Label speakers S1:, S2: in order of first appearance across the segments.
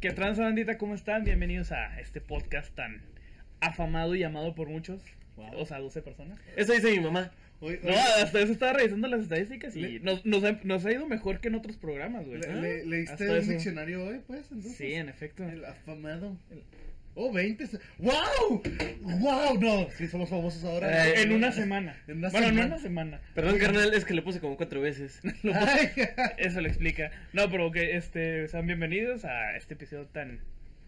S1: ¿Qué tranza bandita? ¿Cómo están? Bienvenidos a este podcast tan afamado y amado por muchos.
S2: Wow.
S1: O sea, 12 personas.
S2: Eso dice mi mamá.
S3: Hoy, hoy
S1: No, eh, hasta eso estaba revisando las estadísticas y
S3: Le-
S1: nos, nos ha, nos ha ido mejor que en otros programas, güey.
S3: le- le-
S1: ah, Hasta
S3: ¿Leíste el
S1: eso.
S3: diccionario hoy, pues? Entonces,
S1: Sí, en efecto.
S3: El afamado. El- Oh, 20. se- ¡Wow! ¡Wow! No, sí, somos famosos ahora.
S2: Eh,
S1: En una semana.
S3: En una
S1: bueno,
S3: semana.
S1: no en una semana.
S2: Perdón, carnal, es que le puse como cuatro veces.
S3: Ay,
S1: Eso lo explica. No, pero que este, sean bienvenidos a este episodio tan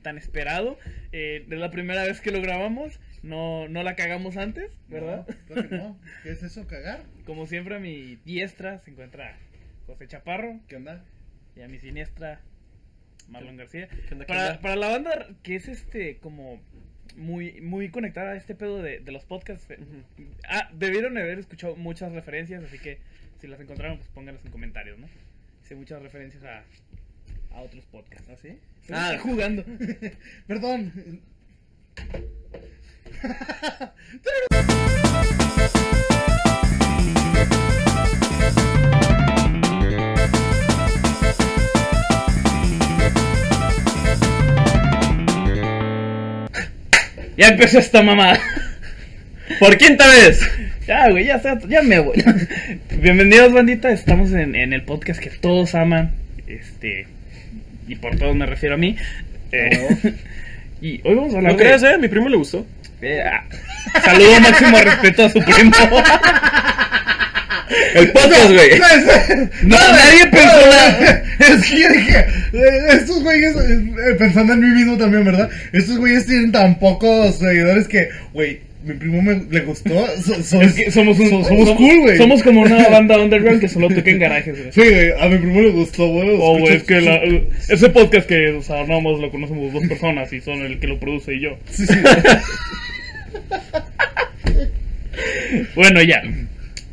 S1: tan esperado. Eh, es la primera vez que lo grabamos. No, no la cagamos antes, ¿verdad?
S3: No, creo que no. ¿Qué es eso? ¿Cagar?
S1: Como siempre, a mi diestra se encuentra José Chaparro
S3: ¿Qué onda?
S1: y a mi siniestra Marlon García.
S2: ¿Qué onda, qué
S1: Para,
S2: onda?
S1: para la banda que es este como muy muy conectada a este pedo de, de los podcasts, eh,
S2: Ujú.
S1: ah, debieron haber escuchado muchas referencias, así que si las encontraron, pues pónganlas en comentarios, ¿no? Hice muchas referencias a, a otros podcasts.
S3: ¿Ah, sí?
S1: Ah, jugando.
S3: Perdón.
S1: ya empezó esta mamada.
S2: ¿Por quinta vez?
S1: Ya, güey, ya, está, ya me voy. Bienvenidos, bandita. Estamos en, en el podcast que todos aman. Este. Y por todos me refiero a mí. Eh, y hoy vamos a hablar
S2: ¿Lo
S1: de-
S2: crees, eh? Mi primo le gustó.
S1: Eh, ah, saludo máximo respeto a su primo.
S2: El podcast, güey.
S3: No, es-
S1: No, nadie pensó nada.
S3: Es que yo dije, eh, estos güeyes, eh, pensando en mí mismo también, ¿verdad? Estos güeyes tienen tan pocos seguidores que, güey, mi primo me, le gustó. So- somos-
S1: Es que somos un-
S3: so- somos cool, güey.
S1: Somos como una banda underground que solo toca en garajes, güey.
S3: Sí, güey, a mi primo le gustó, güey. lo
S1: Oh, güey, es
S3: escucho-
S1: que la- eh, ese podcast que o sea, nada más lo conocemos dos personas y son el que lo produce y yo.
S3: Sí, sí.
S1: Bueno, ya.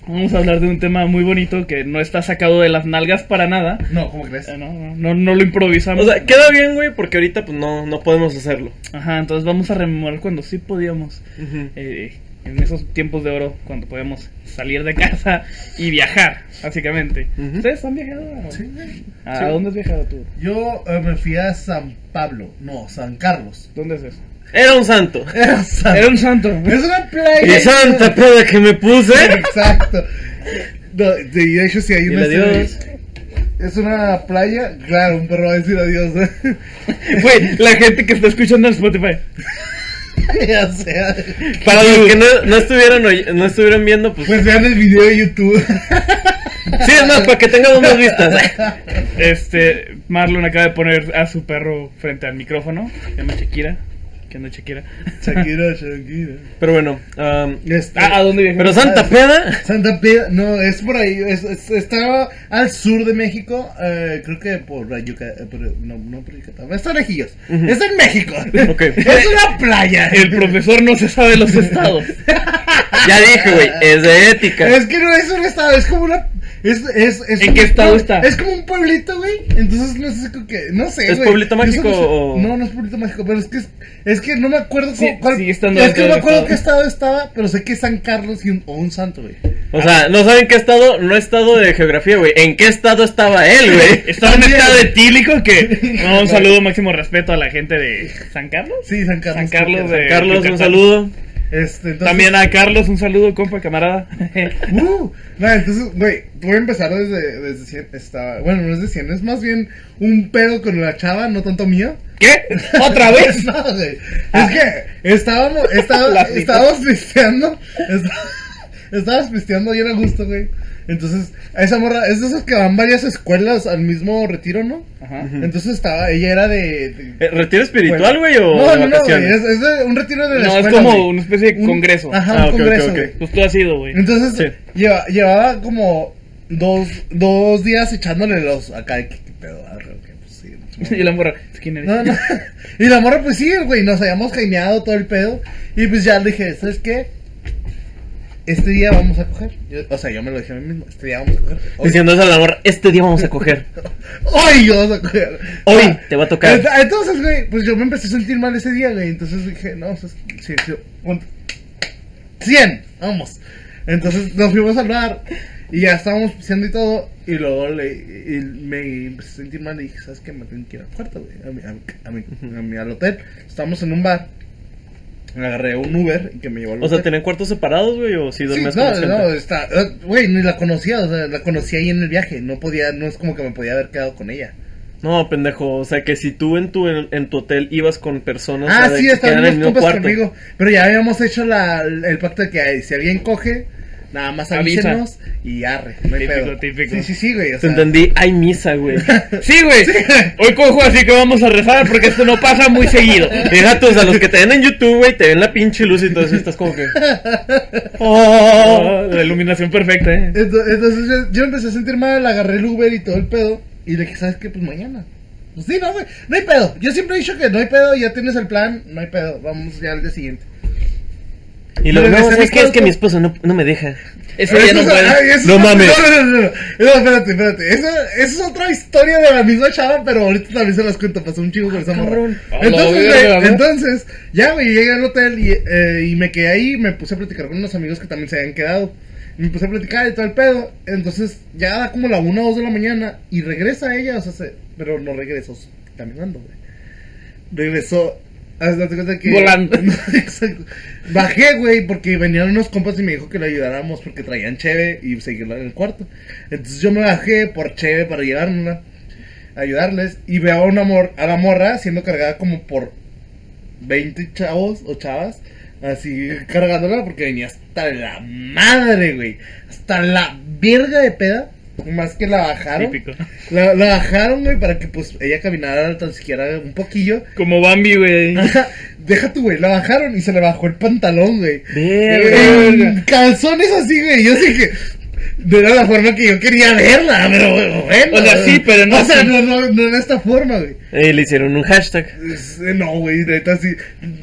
S1: Vamos a hablar de un tema muy bonito que no está sacado de las nalgas para nada.
S3: No, ¿cómo crees?
S1: Eh, No, no, no, no lo improvisamos.
S2: O sea, queda bien, güey, porque ahorita pues no, no podemos hacerlo.
S1: Ajá, entonces vamos a rememorar cuando sí podíamos.
S2: Ujú.
S1: eh, en esos tiempos de oro, cuando podemos salir de casa y viajar, básicamente.
S2: Ujú.
S1: ¿Ustedes han viajado? a-
S3: Sí, güey.
S1: ¿A,
S2: Sí.
S1: a dónde has viajado tú?
S3: Yo eh, me fui a San Pablo, no, San Carlos.
S1: ¿Dónde es eso?
S2: Era un santo.
S3: Era
S2: Ah.
S3: San-
S1: Era un santo.
S3: Es una playa.
S2: Y santa peda que me puse.
S3: Exacto. No, de de hecho, si hay
S2: Y
S3: una.
S2: adiós.
S3: Es una playa, claro, un perro va a decir adiós. ¿eh?
S1: Güey, la gente que está escuchando en Spotify.
S3: ya sea.
S2: Para los que no, no estuvieron oy- no estuvieron viendo, pues.
S3: Pues vean el video de YouTube.
S2: Sí, es más, para que tengamos más vistas.
S1: Este, Marlon acaba de poner a su perro frente al micrófono. Se llama Shakira. ¿Qué onda, Shakira?
S3: Shakira, Shakira.
S2: Pero bueno, am,
S3: Este,
S1: Ah, ¿A dónde viajó?
S2: pero santa peda.
S3: Santa Peda, no, es por ahí, es, es- está al sur de México, eh, creo que por Yucatán, no, no por Yucatán, está lejillos,
S2: Ujú.
S3: es en México,
S2: Ok.
S3: es una playa.
S1: El profesor no se sabe los estados.
S2: Ya dije, güey, es de ética.
S3: Es que no es un estado, es como una... Es, es, es
S1: ¿En qué estado está?
S3: Es como un pueblito, güey. Entonces no sé como que... No sé,
S2: ¿Es
S3: güey.
S2: pueblito
S3: Yo
S2: mágico
S3: solo sé-
S2: o-
S3: No, no es pueblito mágico, pero es que... Es, es que no me acuerdo
S1: Sí,
S3: cu- cuál...
S1: sigue estando
S3: es que
S1: dentro
S3: no me
S1: del
S3: acuerdo
S1: estado.
S3: qué estado estaba, pero sé que es San Carlos y un, o un santo, güey.
S2: O sea, no saben qué estado, no estado de geografía, güey. ¿En qué estado estaba él, güey?
S1: Está en un
S3: También.
S1: estado etílico que. No, un saludo máximo respeto a la gente de San Carlos.
S3: Sí, San Carlos.
S1: San Carlos de-
S2: Carlos,
S1: Yucatán.
S2: un saludo.
S3: Este, entonces...
S1: También a Carlos, un saludo, compa, camarada.
S3: Uh, no, entonces, güey, voy a empezar desde, desde 100. Estaba, bueno, no es de 100, es más bien un pedo con la chava, no tanto mío.
S1: ¿Qué? ¿Otra vez? Ah.
S3: no, güey. Es que estábamos,
S1: La
S3: estaba,
S1: frita.
S3: estábamos pisteando. está- Estábamos pisteando y era gusto, güey. Entonces, a esa morra, es de esos que van varias escuelas al mismo retiro, ¿no?
S1: Ajá.
S3: Entonces estaba, ella era de. de-
S2: Eh, ¿Retiro espiritual, güey,
S3: no,
S2: o
S3: no, no, güey,
S2: vacaciones?
S3: es, es de un retiro de la
S1: No, es
S3: escuela,
S1: como
S3: güey.
S1: una especie de
S3: Un-
S1: congreso.
S3: Ajá,
S2: Ah,
S3: un
S2: ok, ok,
S3: congreso,
S2: ok.
S3: güey.
S1: Pues tú has ido, güey.
S3: Entonces,
S2: Sí.
S3: lleva- llevaba como dos, dos días echándole los acá de que qué pedo, ah, creo que, pues, sí, no,
S1: Y la morra, ¿quién eres?
S3: no, no. Y la morra, pues sí, güey, nos habíamos caineado todo el pedo. Y pues ya le dije, ¿sabes qué? Este día vamos a coger. Yo- o sea, yo me lo dije a mí mismo, este día vamos a coger. Hoy,
S2: Diciendo eso a la morra, este día vamos a coger.
S3: hoy vamos a coger.
S2: Hoy
S3: Ah,
S2: te va a tocar.
S3: ent- Entonces, güey, pues yo me empecé a sentir mal ese día, güey. Entonces dije, no, pues, sí, sí, un- 100, vamos. Entonces nos fuimos al bar. Y ya estábamos piseando y todo. Y luego le, y me empecé a sentir mal y dije, ¿sabes qué? Me tengo que ir al cuarto, güey. A mi, a, mi- a mi- a mi- al hotel. Estábamos en un bar. Me agarré un Uber que me llevó al
S2: O sea,
S3: hotel.
S2: ¿tenían cuartos separados, güey? ¿O si
S3: Sí,
S2: dormías con
S3: no,
S2: más gente?
S3: no, está, eh, güey, ni la conocía, o sea, la conocí ahí en el viaje, no podía, no es como que me podía haber quedado con ella.
S2: No, pendejo. O sea, que si tú en tu, en, en tu hotel ibas con personas.
S3: ah,
S2: o sea,
S3: sí,
S2: que
S3: estaban
S2: quedaran en
S3: unos
S2: el mismo
S3: compas conmigo, pero ya habíamos hecho la, el pacto de que ay, si alguien coge, nada más
S1: Avisa.
S3: avísenos y arre, no hay
S1: Típico,
S3: pedo.
S1: típico.
S3: Sí, sí, sí, güey, o
S2: Te
S3: sea,
S2: entendí. Hay misa, güey.
S1: Sí, güey. Hoy cojo, así que vamos a rezar porque esto no pasa muy seguido.
S2: Deja tú, o sea, los que te ven en YouTube, güey, te ven la pinche luz y todo eso. Estás como que. Oh.
S1: Oh, la iluminación perfecta, ¿eh?
S3: ento- entonces yo, yo empecé a sentir mal, agarré el Uber y todo el pedo, y le dije, ¿sabes qué? Pues mañana. Pues sí, no, güey, no hay pedo, yo siempre he dicho que no hay pedo, ya tienes el plan, no hay pedo, vamos ya al día siguiente.
S2: Y lo
S3: Y
S2: no,
S3: regresé a mi
S2: ¿sabes qué? Es que
S3: cuarto.
S2: mi esposo no, no me deja.
S1: Ese
S3: Pero
S1: día
S3: eso
S1: no
S3: es- ay,
S1: puede.
S3: eso
S2: No
S3: es-
S2: mames.
S3: No, no, no, no. No, espérate, espérate. Eso, eso es otra historia de la misma chava, pero ahorita también se las cuento. Pasó un chingo con esa morra.
S2: cabrón.
S1: A Ah, la
S3: Entonces,
S1: verga,
S3: güey,
S1: ¿no?
S3: entonces, ya, güey, llegué al hotel y, eh, y me quedé ahí. Me puse a platicar con unos amigos que también se habían quedado. Me puse a platicar y todo el pedo. Entonces, ya da como la 1 o 2 de la mañana y regresa ella, o sea, se- pero no regresó caminando, güey. Regresó. haz- date cuenta que-
S1: Volando.
S3: Exacto. Bajé, güey, porque venían unos compas y me dijo que le ayudáramos porque traían cheve y seguirla en el cuarto. Entonces yo me bajé por cheve para llevármela, ayudarles. Y veo a, una mor- a la morra siendo cargada como por 20 chavos o chavas. Así cargándola porque venía hasta la madre, güey. Hasta la verga de peda. Más que la bajaron.
S1: Típico.
S3: La, la bajaron, güey, para que pues ella caminara tan siquiera un poquillo.
S1: Como Bambi, güey.
S3: Deja tu, güey, la bajaron y se le bajó el pantalón, güey.
S2: Verga.
S3: En Calzones así, güey. Yo sé que no era la forma que yo quería verla, pero güey, bueno.
S1: O sea, sí, pero no
S3: O sea,
S1: así.
S3: no, no, no en esta forma, güey.
S2: Eh, le hicieron un hashtag.
S3: Es- eh, No, güey, neta, sí.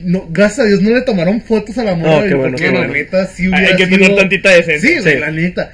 S3: No, gracias a Dios no le tomaron fotos a la morra,
S2: No,
S3: güey,
S2: qué bueno,
S3: porque
S2: qué
S3: la
S2: bueno.
S3: neta sí hubiera
S1: Hay que
S3: sido-
S1: tener tantita decencia.
S3: Sí, güey,
S2: Sí.
S3: la neta.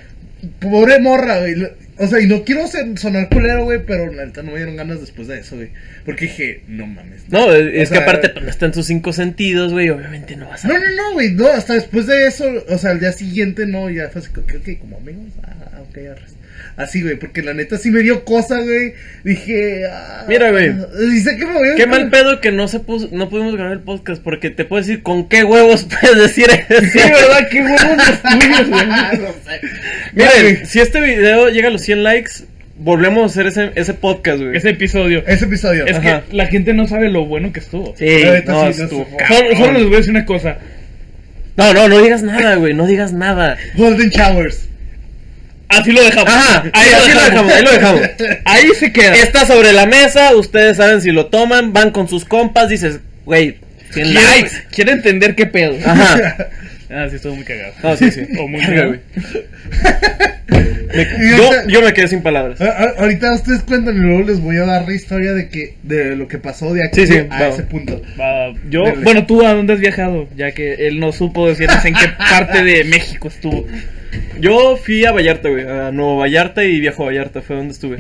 S3: Pobre morra, güey. Lo- O sea, y no quiero ser- sonar culero, güey, pero la neta no me dieron ganas después de eso, güey. Porque dije, no mames.
S2: No, es
S3: O sea,
S2: que aparte no están sus cinco sentidos, güey. Obviamente no vas a.
S3: No, no, no, güey, no, hasta después de eso, o sea, al día siguiente, no, ya fue así, como que, ok, como amigos, ah, ok, arres. así, güey, porque la neta sí me dio cosa, güey, dije, ah,
S2: Mira, güey.
S3: dice que me voy a-
S2: Qué mal pedo que no se puso, no pudimos grabar el podcast porque te puedo decir con qué huevos puedes decir eso.
S1: Sí, ¿verdad? Qué huevos los tuyos, güey.
S3: Ah, no sé.
S2: Miren,
S3: Miren,
S2: si este video llega a los 100 likes, volvemos a hacer ese, ese podcast, güey.
S1: Ese episodio.
S3: ese episodio, ah,
S1: Es
S2: Ajá.
S1: que la gente no sabe lo bueno que estuvo.
S2: Sí,
S3: La neta
S2: no,
S3: sí, no
S2: estuvo
S3: sé.
S2: cabrón.
S1: Solo, solo les voy a decir una cosa.
S2: no, no, no digas nada, güey, no digas nada.
S3: Golden Showers,
S1: Así lo dejamos.
S2: Ajá,
S1: ahí,
S2: sí,
S1: lo
S2: así lo dejamos,
S1: dejamos.
S2: ahí lo dejamos.
S1: Ahí se queda.
S2: Está sobre la mesa, ustedes saben si lo toman, van con sus compas, dices, güey, 100
S1: Quiere-
S2: likes.
S1: Quiere entender qué pedo.
S2: Ajá.
S1: Ah, sí, estuvo muy cagado.
S2: No, sí, sí.
S1: O muy
S2: Verga,
S1: cagado.
S2: güey. Me- yo, yo me quedé sin palabras.
S3: A- a- ahorita ustedes cuentan y luego les voy a dar la historia de que, de lo que pasó de aquí
S2: Sí, sí,
S3: a
S2: va.
S3: ese punto,
S1: Va, Ah, yo,
S3: Dale.
S1: bueno, tú a dónde has viajado, ya que él no supo decirnos en qué parte de México estuvo.
S2: Yo fui a Vallarta, güey, a Nuevo Vallarta y Viejo Vallarta, fue donde estuve.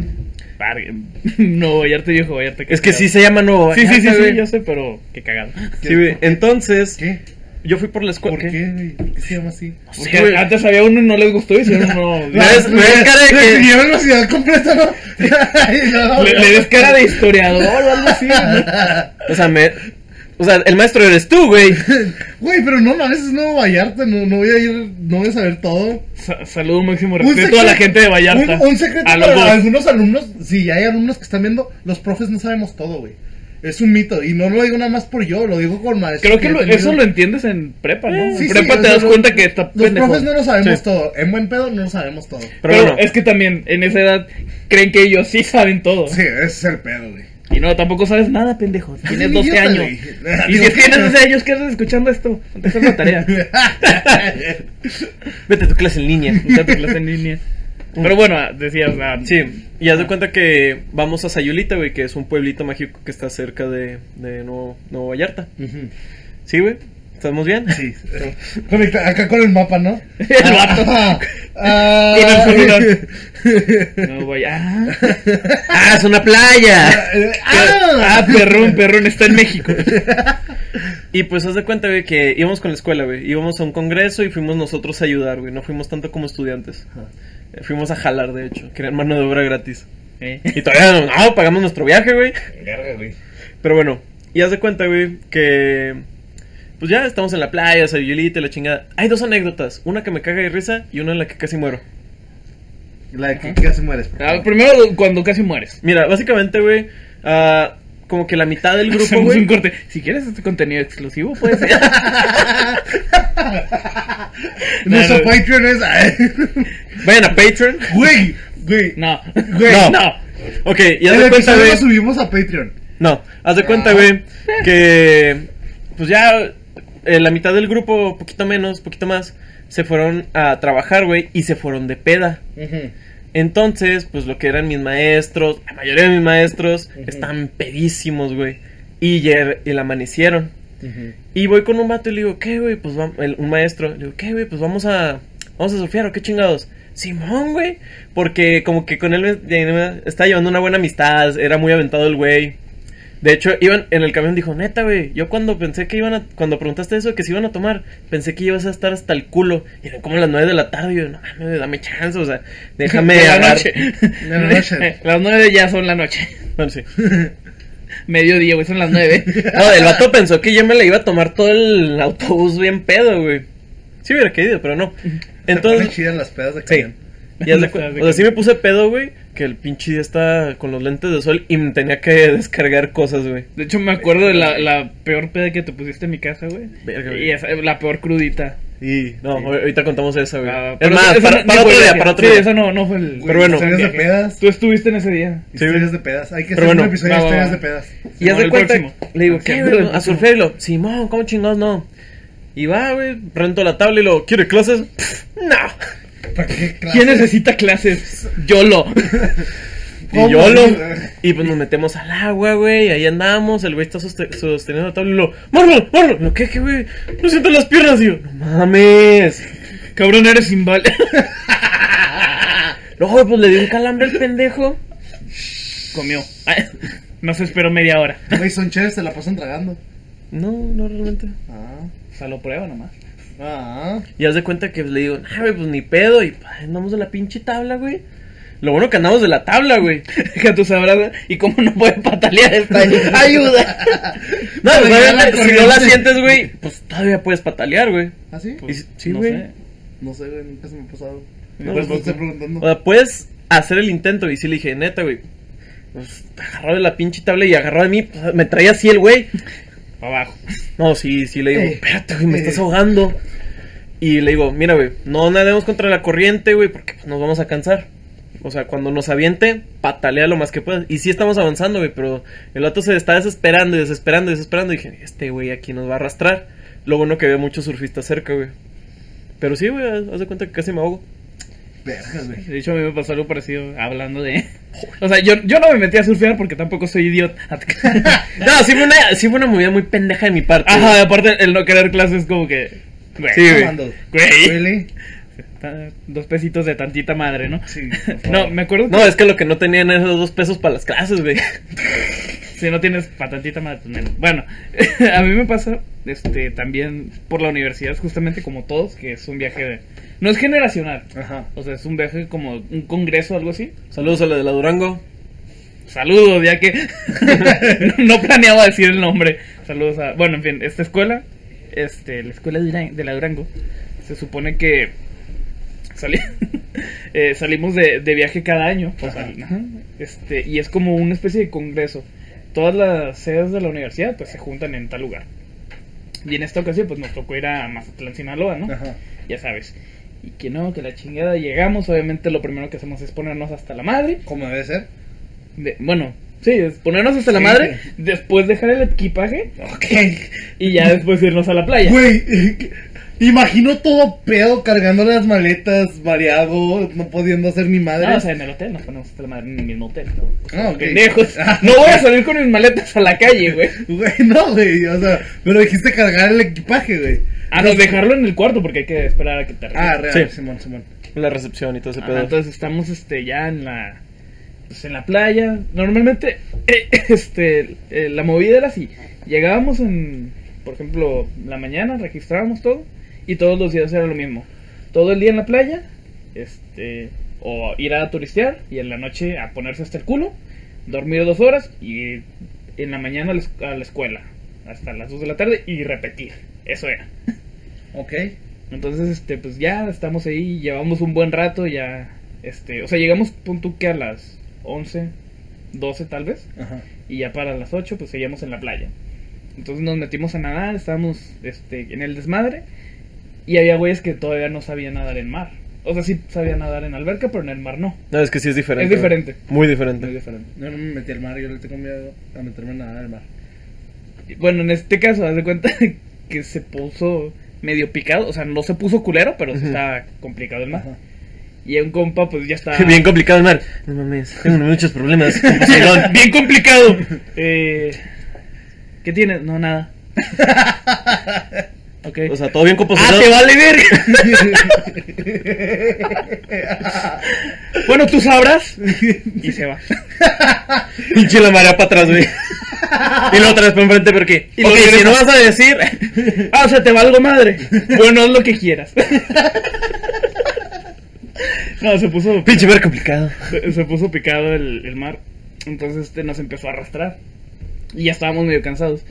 S1: Varga. No, Vallarta viejo, Vallarta. qué
S2: Es que
S1: cagado.
S2: sí se llama Nuevo
S1: Sí,
S2: Vallarta.
S1: sí, sí, sí,
S2: güey.
S1: yo sé, pero qué cagado.
S2: Sí, güey. Entonces,
S3: ¿qué?
S2: yo fui por la escuela. Pues
S3: ¿Por qué, güey? ¿Por qué se llama así?
S1: Porque
S2: güey.
S1: Pues antes había uno y no les gustó y se no.
S2: No, ves- no ves cara de que-
S3: Le pidieron la ciudad completa, ¿no? Ay, no,
S1: Le, le des cara de historiador o algo así. ¿no?
S2: O sea, me... O sea, el maestro eres tú, güey.
S3: Güey, pero no mames, es Nuevo Vallarta, no, no voy a ir, no voy a saber todo.
S1: Sa- saludo máximo
S3: Un
S1: respeto a la
S3: secreto-
S1: gente de Vallarta.
S3: Un, un secreto
S1: a los
S3: para
S1: dos.
S3: algunos alumnos, si hay alumnos que están viendo, los profes no sabemos todo, güey. Es un mito, y no lo digo nada más por yo, lo digo con maestros.
S1: Creo que
S3: yo
S1: lo-
S3: he tenido.
S1: eso lo entiendes en prepa, ¿no?
S3: Sí,
S1: en
S3: sí,
S1: prepa
S3: o
S1: te
S3: sea,
S1: das
S3: lo-
S1: cuenta que está
S3: Los
S1: pendejo.
S3: profes no lo sabemos
S2: Sí.
S3: todo, en buen pedo no lo sabemos todo.
S2: Pero,
S1: Pero
S2: bueno,
S1: es que también en esa edad creen que ellos sí saben todo.
S3: Sí, ese es el pedo, güey.
S1: Y no, tampoco sabes nada, pendejo.
S3: Ay,
S1: Tienes 12
S3: idiota,
S1: años.
S3: güey.
S1: Y si tienes 12 años, ¿qué haces escuchando esto? Te haces la tarea.
S2: vete a tu clase en línea.
S1: Ya te clase en línea. Pero bueno, ah, decías. ah,
S2: Sí, y haz de cuenta que vamos a Sayulita, güey, que es un pueblito mágico que está cerca de, de Nuevo, Nuevo Vallarta.
S3: Ujú.
S2: ¿Sí, güey? ¿Estamos bien?
S3: Sí. Conecta acá con el mapa, ¿no?
S1: El vato.
S3: Ah, ah,
S1: Con el celular.
S3: eh,
S1: No, güey. Ah,
S2: ¡Ah, es una playa!
S3: eh,
S1: ah, perrón, perrón, está en México.
S2: Y pues haz de cuenta, güey, que íbamos con la escuela, güey. Íbamos a un congreso y fuimos nosotros a ayudar, güey. No fuimos tanto como estudiantes. Eh, Fuimos a jalar, de hecho. Querían mano de obra gratis.
S1: Eh.
S2: Y todavía no, no, pagamos nuestro viaje, güey.
S3: Verga, güey.
S2: Pero bueno, y haz de cuenta, güey, que. Pues ya estamos en la playa, Sayulita y la chingada. Hay dos anécdotas: una que me caga de risa y una en la que casi muero.
S3: La que casi mueres. por
S1: Ah,
S3: favor.
S1: primero cuando casi mueres.
S2: Mira, básicamente, güey, ah, como que la mitad del grupo,
S1: Hacemos un
S2: güey.
S1: corte. Si quieres este contenido exclusivo, puede ser.
S3: Nuestro
S1: No, no.
S3: Patreon es. ay,
S2: Vayan a Patreon.
S3: Güey, güey.
S1: No.
S3: Güey.
S1: no.
S2: Ok, y haz
S3: El
S2: de cuenta,
S3: episodio
S2: güey.
S3: lo subimos a Patreon.
S2: No, haz de cuenta, güey, que pues ya eh, la mitad del grupo, poquito menos, poquito más, se fueron a trabajar, güey, y se fueron de peda. Entonces, pues lo que eran mis maestros, la mayoría de mis maestros,
S3: Ujú.
S2: estaban pedísimos, güey. Y, ya- y la amanecieron. Y voy con un vato y le digo, ¿qué, güey? Pues va- el- un maestro. Le digo, ¿qué, güey? Pues vamos a. Vamos a surfear o qué chingados. Simón, güey. Porque como que con él me, de- me- estaba llevando una buena amistad. Era muy aventado el güey. De hecho, iban en el camión dijo, neta, güey. Yo cuando pensé que iban a. Cuando preguntaste eso, que se iban a tomar, pensé que ibas a estar hasta el culo. Y eran como las nueve de la tarde. Y yo, no mames, güey, dame chance. O sea, déjame.
S1: De la
S2: agar-
S1: noche.
S3: De la noche.
S1: Las nueve ya son la noche.
S2: Bueno, sí.
S1: Mediodía, güey, son las nueve.
S2: No, el vato pensó que yo me la iba a tomar todo el autobús bien pedo, güey. Sí hubiera querido, pero no.
S3: Entonces.
S2: Entonces,
S3: chidas las pedas de
S2: sí.
S3: camión.
S2: Ya se cu- o sea, sí me puse pedo, güey, que el pinche día está con los lentes de sol y me tenía que descargar cosas, güey.
S1: De hecho, me acuerdo de la, la peor peda que te pusiste en mi casa, güey.
S2: Verga, güey.
S1: Y esa, la peor crudita.
S2: Y no, ahor- ahorita contamos esa, güey.
S1: Ah,
S2: es
S1: pero
S2: más,
S1: eso- eso
S2: para,
S1: no-
S2: para
S1: sí,
S2: otro
S1: güey,
S2: día, para otro
S1: sí,
S2: día.
S1: eso no, no fue el.
S2: Pero bueno.
S3: Historias de
S1: viaje.
S3: pedas.
S1: Tú estuviste en ese día.
S3: Historias de pedas. Hay que hacer
S2: Pero bueno,
S3: un episodio
S1: va,
S3: de
S1: va,
S3: historias
S1: va.
S3: de pedas.
S2: Y haz
S1: Simón,
S2: de
S1: el
S2: cuenta,
S1: próximo.
S2: le digo,
S1: Ah,
S2: ¿qué,
S1: sí,
S2: güey?
S1: el
S2: A
S1: próximo.
S2: surfear y lo, Simón, ¿cómo chingados no? Y va, güey, rento la tabla y lo, ¿quiere clases? Pff, no.
S3: ¿Para qué clase?
S1: ¿Quién necesita clases? YOLO.
S2: Y
S3: ¿Cómo?
S2: yo lo. Y pues nos metemos al agua, güey. y Ahí andamos. El güey está soste- sosteniendo la tabla y lo. ¡Mármelo! ¡Mármelo! Lo que, que, güey. No siento las piernas, tío. No mames.
S1: Cabrón, eres inválido.
S2: Luego, pues le di un calambre al pendejo.
S1: Comió. Ay, No se esperó media hora.
S3: Güey, son chéveres, se la pasan tragando.
S2: No, no realmente.
S3: Ah.
S1: O sea, lo prueba nomás.
S3: Ah.
S2: Y haz de cuenta que pues, le digo, nah, güey, pues ni pedo. Y pues, andamos de la pinche tabla, güey. Lo bueno que andamos de la tabla, güey.
S1: Que tú sabrás. güey, ¿Y cómo no puede patalear esta? ¡Ayuda!
S2: No,
S3: Pero
S2: pues,
S3: ya
S2: obviamente,
S3: la
S2: si no la
S3: corriente.
S2: sientes, güey, pues todavía puedes patalear, güey.
S3: ¿Ah, sí?
S2: Y si- Pues, sí,
S1: Pues, no
S2: güey.
S1: sé.
S3: No sé, güey, nunca se me ha pasado.
S1: No,
S3: No, pues,
S1: tampoco.
S3: estoy preguntando.
S2: O sea, puedes hacer el intento. Y sí le dije, neta, güey. Pues agarró de la pinche tabla y agarró de mí. pues, me traía así el güey.
S1: Abajo.
S2: No, sí, sí, le digo,
S3: Eh.
S2: espérate, güey, me
S3: Eh.
S2: estás ahogando. Y le digo, mira, güey, no nademos contra la corriente, güey, porque pues, nos vamos a cansar. O sea, cuando nos aviente, patalea lo más que puedas. Y sí estamos avanzando, güey, pero el vato se está desesperando y desesperando y desesperando. Y dije, este güey aquí nos va a arrastrar. Lo bueno que había muchos surfistas cerca, güey. Pero sí, güey, haz haz de cuenta que casi me ahogo.
S3: Vergas, güey.
S1: De hecho, a mí me pasó algo parecido hablando de. O sea, yo, yo no me metí a surfear porque tampoco soy idiota.
S2: No, sí fue una, sí fue una movida muy pendeja de mi parte.
S1: Ajá, y aparte, el no querer clases es como que. Güey,
S2: Sí, güey.
S3: Tomando.
S1: Güey.
S3: Really?
S1: ta- dos pesitos de tantita madre, ¿no?
S3: Sí. por favor.
S1: No, me acuerdo que
S2: No, es que lo que no tenían eran esos dos pesos para las clases, güey.
S1: si no tienes patantita madre, pues menos. Bueno, a mí me pasa este, también por la universidad, justamente como todos, que es un viaje. de- no es generacional.
S3: Ajá.
S1: O sea, es un viaje como un congreso o algo así.
S2: Saludos a la de la Durango.
S1: Saludos, ya que no planeaba decir el nombre. Saludos a. Bueno, en fin, esta escuela, este, la escuela de Dura- de la Durango, se supone que sali- eh, salimos de, de viaje cada año. o sea,
S3: Ajá.
S1: ajá, este, y es como una especie de congreso. Todas las sedes de la universidad pues se juntan en tal lugar. Y en esta ocasión pues nos tocó ir a Mazatlán, Sinaloa, ¿no?
S3: Ajá.
S1: Ya sabes. Y que no, que la chingada llegamos, obviamente lo primero que hacemos es ponernos hasta la madre.
S3: ¿Cómo debe ser?
S1: De- bueno, sí, es ponernos hasta la
S3: Sí.
S1: madre, después dejar el equipaje
S3: Ok.
S1: y ya después irnos a la playa.
S3: Güey, eh, imagino todo pedo cargando las maletas, variado, no pudiendo hacer ni madre.
S1: No, Ah, o sea, en el hotel, nos ponemos hasta la madre en el mismo hotel. ¿no?
S3: Ah, ok.
S1: Pendejos.
S3: Ah,
S1: No voy a salir con mis maletas a la calle, güey.
S3: Güey, no, güey, o sea, pero dijiste cargar el equipaje, güey.
S1: A no dejarlo en el cuarto porque hay que esperar a que te
S3: Ah,
S1: regreses.
S3: real,
S2: Sí.
S3: Simón, Simón.
S2: La recepción y todo ese
S1: Ajá,
S2: pedo.
S1: entonces estamos este ya en la pues, en la playa. Normalmente eh, este eh, la movida era así. Llegábamos en por ejemplo, la mañana registrábamos todo y todos los días era lo mismo. Todo el día en la playa, este o ir a turistear y en la noche a ponerse hasta el culo, dormir dos horas y en la mañana a la es- a la escuela hasta las 2 de la tarde y repetir. Eso era.
S3: Ok.
S1: Entonces, este, pues ya estamos ahí, llevamos un buen rato, ya, este, o sea, llegamos punto que a las 11, 12 tal vez,
S3: Ajá.
S1: y ya para las 8 pues seguíamos en la playa. Entonces nos metimos a nadar, estábamos, este, en el desmadre, y había güeyes que todavía no sabían nadar en mar. O sea, sí sabían nadar en alberca, pero en el mar no.
S2: No, es que sí es diferente.
S1: Es
S2: güey.
S1: diferente.
S2: Muy
S1: No es
S2: diferente.
S1: diferente.
S3: Yo no me metí al mar, yo le tengo miedo a meterme en nada al mar.
S1: Bueno, en este caso, haz de cuenta que se puso medio picado, o sea, no se puso culero, pero sí
S2: Ujú.
S1: estaba complicado el mar.
S3: Ajá.
S1: Y un compa, pues ya estaba...
S2: Bien complicado el mar. No mames, tengo muchos problemas. con
S1: Perdón,
S2: Poseidón.
S1: bien complicado. Eh, ¿Qué tienes? No, nada. Ok.
S2: o sea, todo bien con
S1: ah,
S2: Poseidón.
S1: te vale verga. bueno, tú sabrás. Y se va.
S2: Pinche la marea para atrás, güey. y la otra vez para enfrente, ¿por qué?
S1: Y luego
S2: Ok, si
S1: regresa.
S2: no vas a decir.
S1: Ah, o sea, te valgo madre. Bueno, haz lo que quieras. No, se puso,
S2: Pinche mar complicado.
S1: se puso picado el, el mar. Entonces este, nos empezó a arrastrar. Y ya estábamos medio cansados.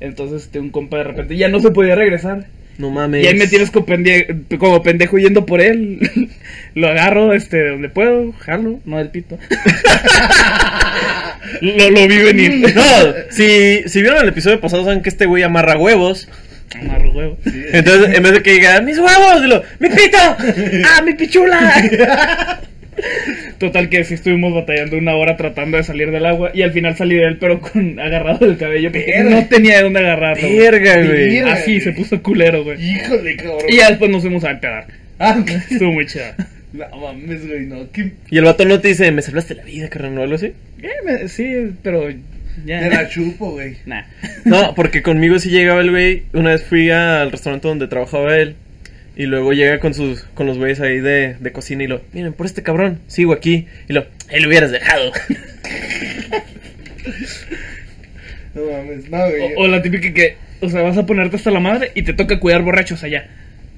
S1: Entonces este, un compa de repente ya no se podía regresar.
S2: No mames.
S1: Y ahí me tienes como pende- como pendejo yendo por él. Lo agarro, este, donde puedo, jalo, no del pito. lo, lo vi venir.
S2: No, si, si vieron el episodio pasado, saben que este güey amarra huevos.
S1: Amarro huevo.
S2: Entonces, en vez de que diga, mis huevos, dilo, mi pito, ah, mi pichula.
S1: Total que sí estuvimos batallando una hora tratando de salir del agua y al final salí de él pero con agarrado del cabello que
S3: Verga.
S1: no tenía de dónde agarrarlo. güey.
S2: Verga, güey.
S3: Verga,
S1: Así
S3: güey.
S1: se puso culero, güey.
S3: Híjole, cabrón.
S1: Y ya después nos fuimos a empedar.
S3: Ah,
S1: Estuvo muy chida.
S3: no mames, güey, no. ¿Qué?
S2: Y el vato no te dice, me salvaste la vida, carnal, o algo así.
S1: Eh, me- Sí, pero
S3: Me
S1: ya.
S3: la chupo, güey.
S1: Nah.
S2: No, porque conmigo sí llegaba el güey. Una vez fui al restaurante donde trabajaba él. Y luego llega con sus con los güeyes ahí de, de cocina y lo, miren, por este cabrón, sigo aquí. Y lo, él lo hubieras dejado.
S3: No mames, no, güey.
S1: O, o la típica que, o sea, vas a ponerte hasta la madre y te toca cuidar borrachos allá.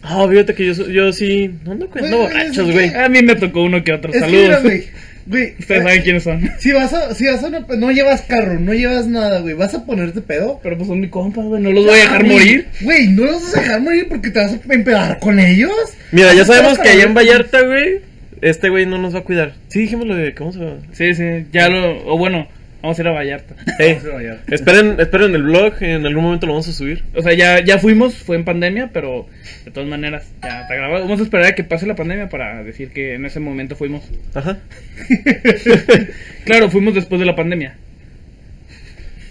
S2: Ah, fíjate que yo, so- yo sí. No ando cuidando
S3: Güey,
S2: borrachos,
S3: es
S2: güey.
S1: A mí me tocó uno que otro.
S3: Es que mira,
S1: Saludos.
S3: güey. Güey, eh,
S1: Ustedes saben quiénes son.
S3: si vas a, si vas a una, no llevas carro, no llevas nada, güey, vas a ponerte pedo.
S1: Pero pues son mi compa, güey. No los voy a dejar
S3: Ah, güey.
S1: morir.
S3: Güey, no los vas a dejar morir porque te vas a empedar con ellos.
S2: Mira, ya
S3: Vas a
S2: sabemos
S3: estar
S2: que allá en
S3: para-
S2: Vallarta, güey, este güey no nos va a cuidar. Sí, dijimos lo de, ¿cómo se va?
S1: Sí, sí. Ya lo. O bueno, vamos a ir a Vallarta.
S2: Eh,
S3: Vamos a Vallarta.
S2: esperen, esperen el blog, en algún momento lo vamos a subir.
S1: O sea, ya, ya fuimos. Fue en pandemia, pero de todas maneras, ya está grabado. Vamos a esperar a que pase la pandemia para decir que en ese momento fuimos.
S2: Ajá.
S1: Claro, fuimos después de la pandemia.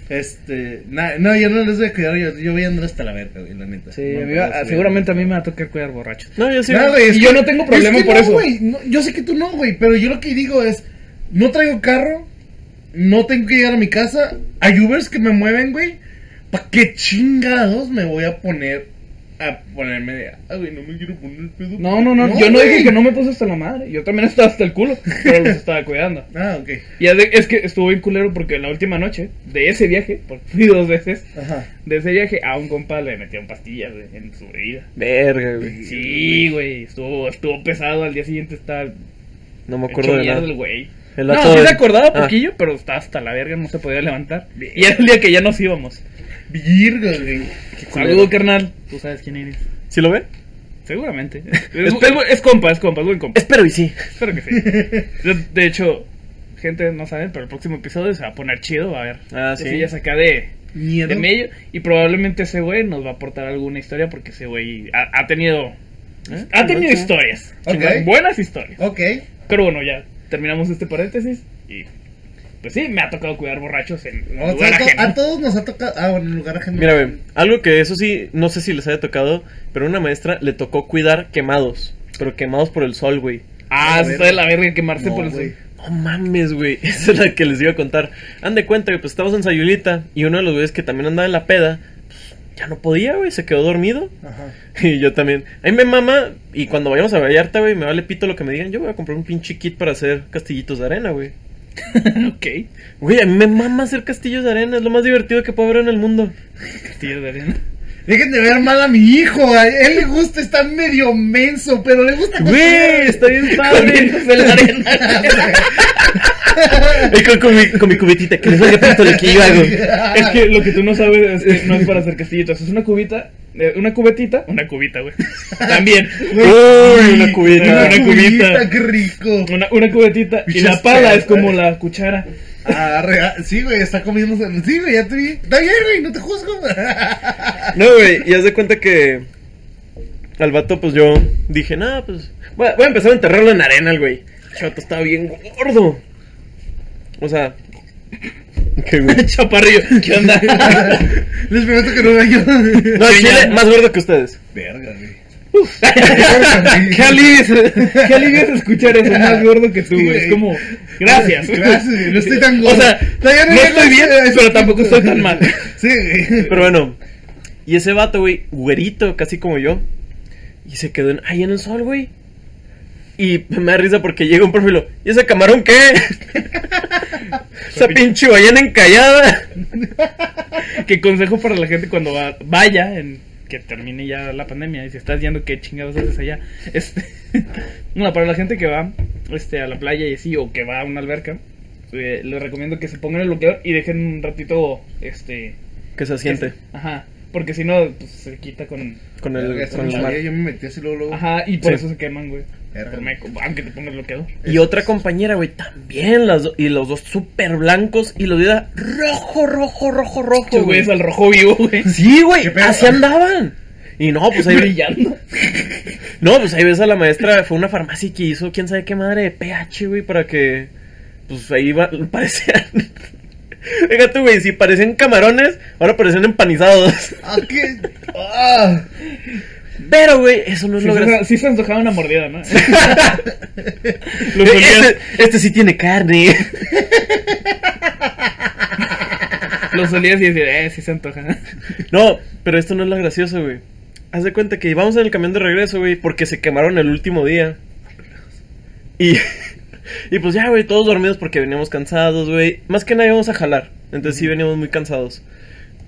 S3: Este, na- no, yo no les voy a cuidar, yo, yo voy a andar hasta la verga, güey, la neta. No, no, güey.
S1: seguramente a mí me va a tocar cuidar borrachos.
S2: No, yo sí.
S3: No, güey, es
S1: Y yo no tengo problema
S3: es que
S1: por
S3: no,
S1: eso.
S3: güey, no, yo sé que tú no, güey, pero yo lo que digo es, no traigo carro, no tengo que llegar a mi casa, hay Ubers que me mueven, güey, ¿pa' qué chingados me voy a poner a ponerme de, ah, güey, no me quiero poner pedo?
S1: No, no, no. yo no
S3: güey.
S1: dije que no me puse hasta la madre. Yo también estaba hasta el culo, pero los estaba cuidando.
S3: Ah, ok,
S1: Y es de- es que estuvo bien culero porque la última noche de ese viaje, porque fui dos veces,
S3: ajá.
S1: de ese viaje a un compa le metían pastillas güey, en su bebida.
S2: Verga, güey.
S1: Sí, güey, estuvo, estuvo pesado, al día siguiente estaba
S2: No me
S1: hecho
S2: acuerdo de
S1: mierda
S2: nada.
S1: el güey.
S2: El
S1: No,
S2: vato
S1: sí
S2: del-
S1: se acordaba
S2: Ah.
S1: poquillo, pero estaba hasta la verga, no se podía levantar. Y era el día que ya nos íbamos.
S3: Virgo, güey.
S2: culero.
S1: Saludo, carnal. Tú sabes quién eres.
S2: ¿Sí lo ve?
S1: Seguramente. Es, es- es compa, es compa, es buen compa.
S2: Espero y sí.
S1: Espero que sí. De, de hecho, gente no sabe, pero el próximo episodio se va a poner chido, va a ver.
S2: Ah, sí.
S1: Cosillas acá de,
S3: Miedo.
S1: de medio. Y probablemente ese güey nos va a aportar alguna historia porque ese güey ha, ha tenido.
S2: ¿Eh?
S1: Ha tenido
S2: Ok.
S1: historias.
S3: Ok.
S1: chingadas, Buenas historias.
S3: Ok,
S1: Pero bueno, ya terminamos este paréntesis y. Pues sí, me ha tocado cuidar borrachos en
S3: O sea,
S1: lugar
S3: a to-
S1: ajeno.
S3: a todos nos ha tocado, ah, bueno, en lugar ajeno.
S2: Mira, güey, algo que eso sí, no sé si les haya tocado, pero una maestra le tocó cuidar quemados, pero quemados por el sol, güey.
S1: Ah,
S3: A
S1: eso
S3: ver.
S1: está de la verga quemarse
S3: No,
S1: por el
S3: güey.
S1: sol.
S2: No mames, güey. Esa es la que les iba a contar. Han de cuenta que pues estábamos en Sayulita y uno de los güeyes que también andaba en la peda, pues, ya no podía, güey, se quedó dormido.
S3: Ajá.
S2: Y yo también. A mí me mama y cuando vayamos a Vallarta, güey, me vale pito lo que me digan. Yo voy a comprar un pinche kit para hacer castillitos de arena, güey.
S1: ok.
S2: Güey, a mí me mama hacer castillos de arena, es lo más divertido que puede haber en el mundo.
S1: Castillo de arena.
S3: Dejen de ver mal a mi hijo. A él le gusta, está medio menso, pero le gusta.
S2: Güey, está bien padre.
S1: Comiéndose la arena.
S2: Y con, con mi, con mi cubetita, que me salga tanto lo que yo hago.
S1: Es que lo que tú no sabes es que no es para hacer castillitos. Es una cubita, eh, una cubetita, una cubita, güey. También.
S2: Uy, una
S1: Una
S2: cubeta.
S3: Una cubita,
S1: cubita.
S3: qué rico.
S1: Una, una cubetita y la pala es como la cuchara.
S3: Ah, re- sí, güey, está comiendo. Sí, güey, ya te vi. Está bien, güey, no te juzgo.
S2: No, güey, y haz de cuenta que al vato, pues yo dije, nada, pues voy a, voy a empezar a enterrarlo en arena, el güey. El vato estaba bien gordo. O sea, qué güey.
S1: Chaparrillo, ¿qué onda?
S3: Les prometo que no me ayudan.
S2: No, al chile, más gordo que ustedes.
S3: Verga, güey.
S1: Qué alivio, es- qué alivio es escuchar eso más gordo que tú, güey. Es como, gracias.
S3: Gracias, güey, no estoy tan gordo.
S1: O sea,
S3: Está bien,
S1: no
S3: güey,
S1: estoy bien,
S3: eh,
S1: pero tampoco estoy tan mal.
S3: Sí, güey.
S2: Pero bueno, y ese vato, güey, güerito, casi como yo. Y se quedó en, ahí en el sol, güey. Y me da risa porque llega un profilo. ¿Y ese camarón qué? Esa pinche ballena encallada.
S1: Que consejo para la gente cuando va- vaya, en, que termine ya la pandemia, y si estás yendo, qué chingados haces allá. Este, no, para la gente que va este, a la playa y así, o que va a una alberca, eh, les recomiendo que se pongan el bloqueador y dejen un ratito, este...
S2: Que se siente
S1: Ajá, porque si no, pues, se quita con...
S2: con
S3: Verga,
S2: el,
S3: eso
S2: con
S3: no
S2: el mar.
S3: sabía, Yo me metí así luego, luego.
S1: Ajá, y por
S2: Sí.
S1: eso se queman, güey.
S3: Verga.
S1: Por meco, aunque te pongas bloqueador.
S2: Y otra compañera, güey, también. Las do- y los dos súper blancos. Y los dedos rojo, rojo, rojo, rojo,
S1: Estos
S2: güey.
S1: güeyes al rojo vivo, güey.
S2: Sí, güey,
S3: ¿Qué pedo?
S2: así andaban. Y no, pues ahí
S1: brillando.
S2: No, pues ahí ves a la maestra, fue a una farmacia que hizo quién sabe qué madre de pH, güey, para que. Pues ahí va, parecían. Venga tú, güey, si parecían camarones, ahora parecían empanizados.
S3: Ah, qué. Ah.
S2: Pero, güey, eso no es
S1: Sí,
S2: lo
S1: se,
S2: gracioso.
S1: sí se antojaba una mordida, ¿no? Lo
S2: Este,
S1: solías-
S2: este sí tiene carne.
S1: Lo solías y decir, eh, sí se antoja.
S2: No, pero esto no es lo gracioso, güey. Haz de cuenta que íbamos en el camión de regreso, güey, porque se quemaron el último día. Y, y pues ya, güey, todos dormidos porque veníamos cansados, güey. Más que nada íbamos a jalar. Entonces sí veníamos muy cansados.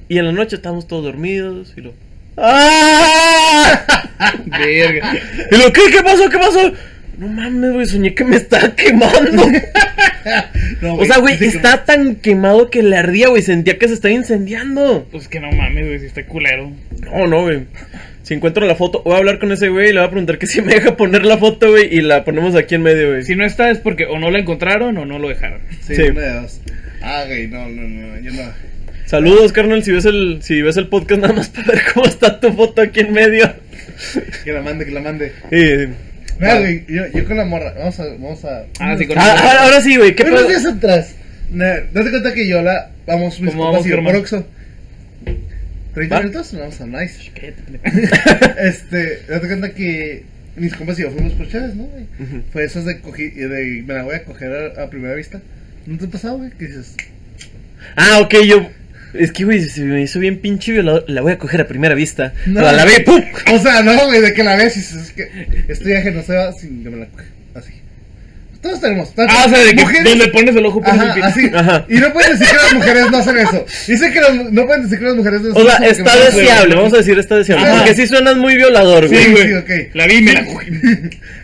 S2: Y en la noche estábamos todos dormidos y lo... ¡Ah!
S1: Verga.
S2: Y lo, ¿qué? ¿Qué pasó? ¿Qué pasó? No mames, güey, soñé que me estaba quemando.
S3: No,
S2: O sea, güey,
S3: sí,
S2: está tan quemado que le ardía, güey. Sentía que se estaba incendiando.
S1: Pues que no mames, güey, si está culero.
S2: No, no, güey. Si encuentro la foto, voy a hablar con ese güey y le voy a preguntar que si me deja poner la foto, güey, y la ponemos aquí en medio, güey.
S1: Si no está es porque o no la encontraron o no lo dejaron.
S3: Sí,
S2: Sí.
S3: una de dos. Ah, güey, no, no, no, yo no.
S2: Saludos, carnal, si ves el, si ves el podcast nada más para ver cómo está tu foto aquí en medio.
S3: Que la mande, que la mande.
S2: Y-
S3: No,
S2: Ah.
S3: güey, yo, yo con la morra. Vamos a. Vamos a
S1: Ah, sí, con-
S2: Ah, ahora, ahora sí, güey, ¿qué
S3: Unos
S2: pedo?
S3: días atrás. Na- date cuenta que yo la. Vamos, mis
S1: ¿Cómo
S3: compas
S1: vamos,
S3: y yo por
S1: Germán?
S3: Oxxo. ¿30
S2: ¿Va?
S3: minutos? Vamos a nice.
S1: Cállate,
S3: este, date cuenta que mis compas y yo fuimos por chaves, ¿no? güey?
S2: Ujú.
S3: Fue esas de, cogí, de me la voy a coger a, a primera vista. ¿No te ha pasado, güey? Que dices,
S2: Ah, ok, yo. Es que, güey, se me hizo bien pinche violador. La voy a coger a primera vista.
S3: No.
S2: La, la vi, ¡pum!
S3: O sea, no, güey, de que la ves y dices, es que este viaje no se va sin que me la coja. Así. Todos tenemos. tanto-
S1: Ah, o sea, de que
S3: mujeres-
S1: donde pones el ojo pones el
S3: Ajá,
S1: pito.
S3: así.
S2: Ajá.
S3: Y no pueden decir que las mujeres no hacen eso. Dicen que las- no pueden decir que las mujeres no
S2: O
S1: Pues
S3: hacen
S2: sea,
S3: eso.
S2: está
S3: porque no-
S2: deseable, vamos a decir está deseable.
S1: Ajá.
S2: Porque sí suenas muy violador, güey.
S1: Sí, güey.
S3: sí, ok.
S1: La vi y me la cogí.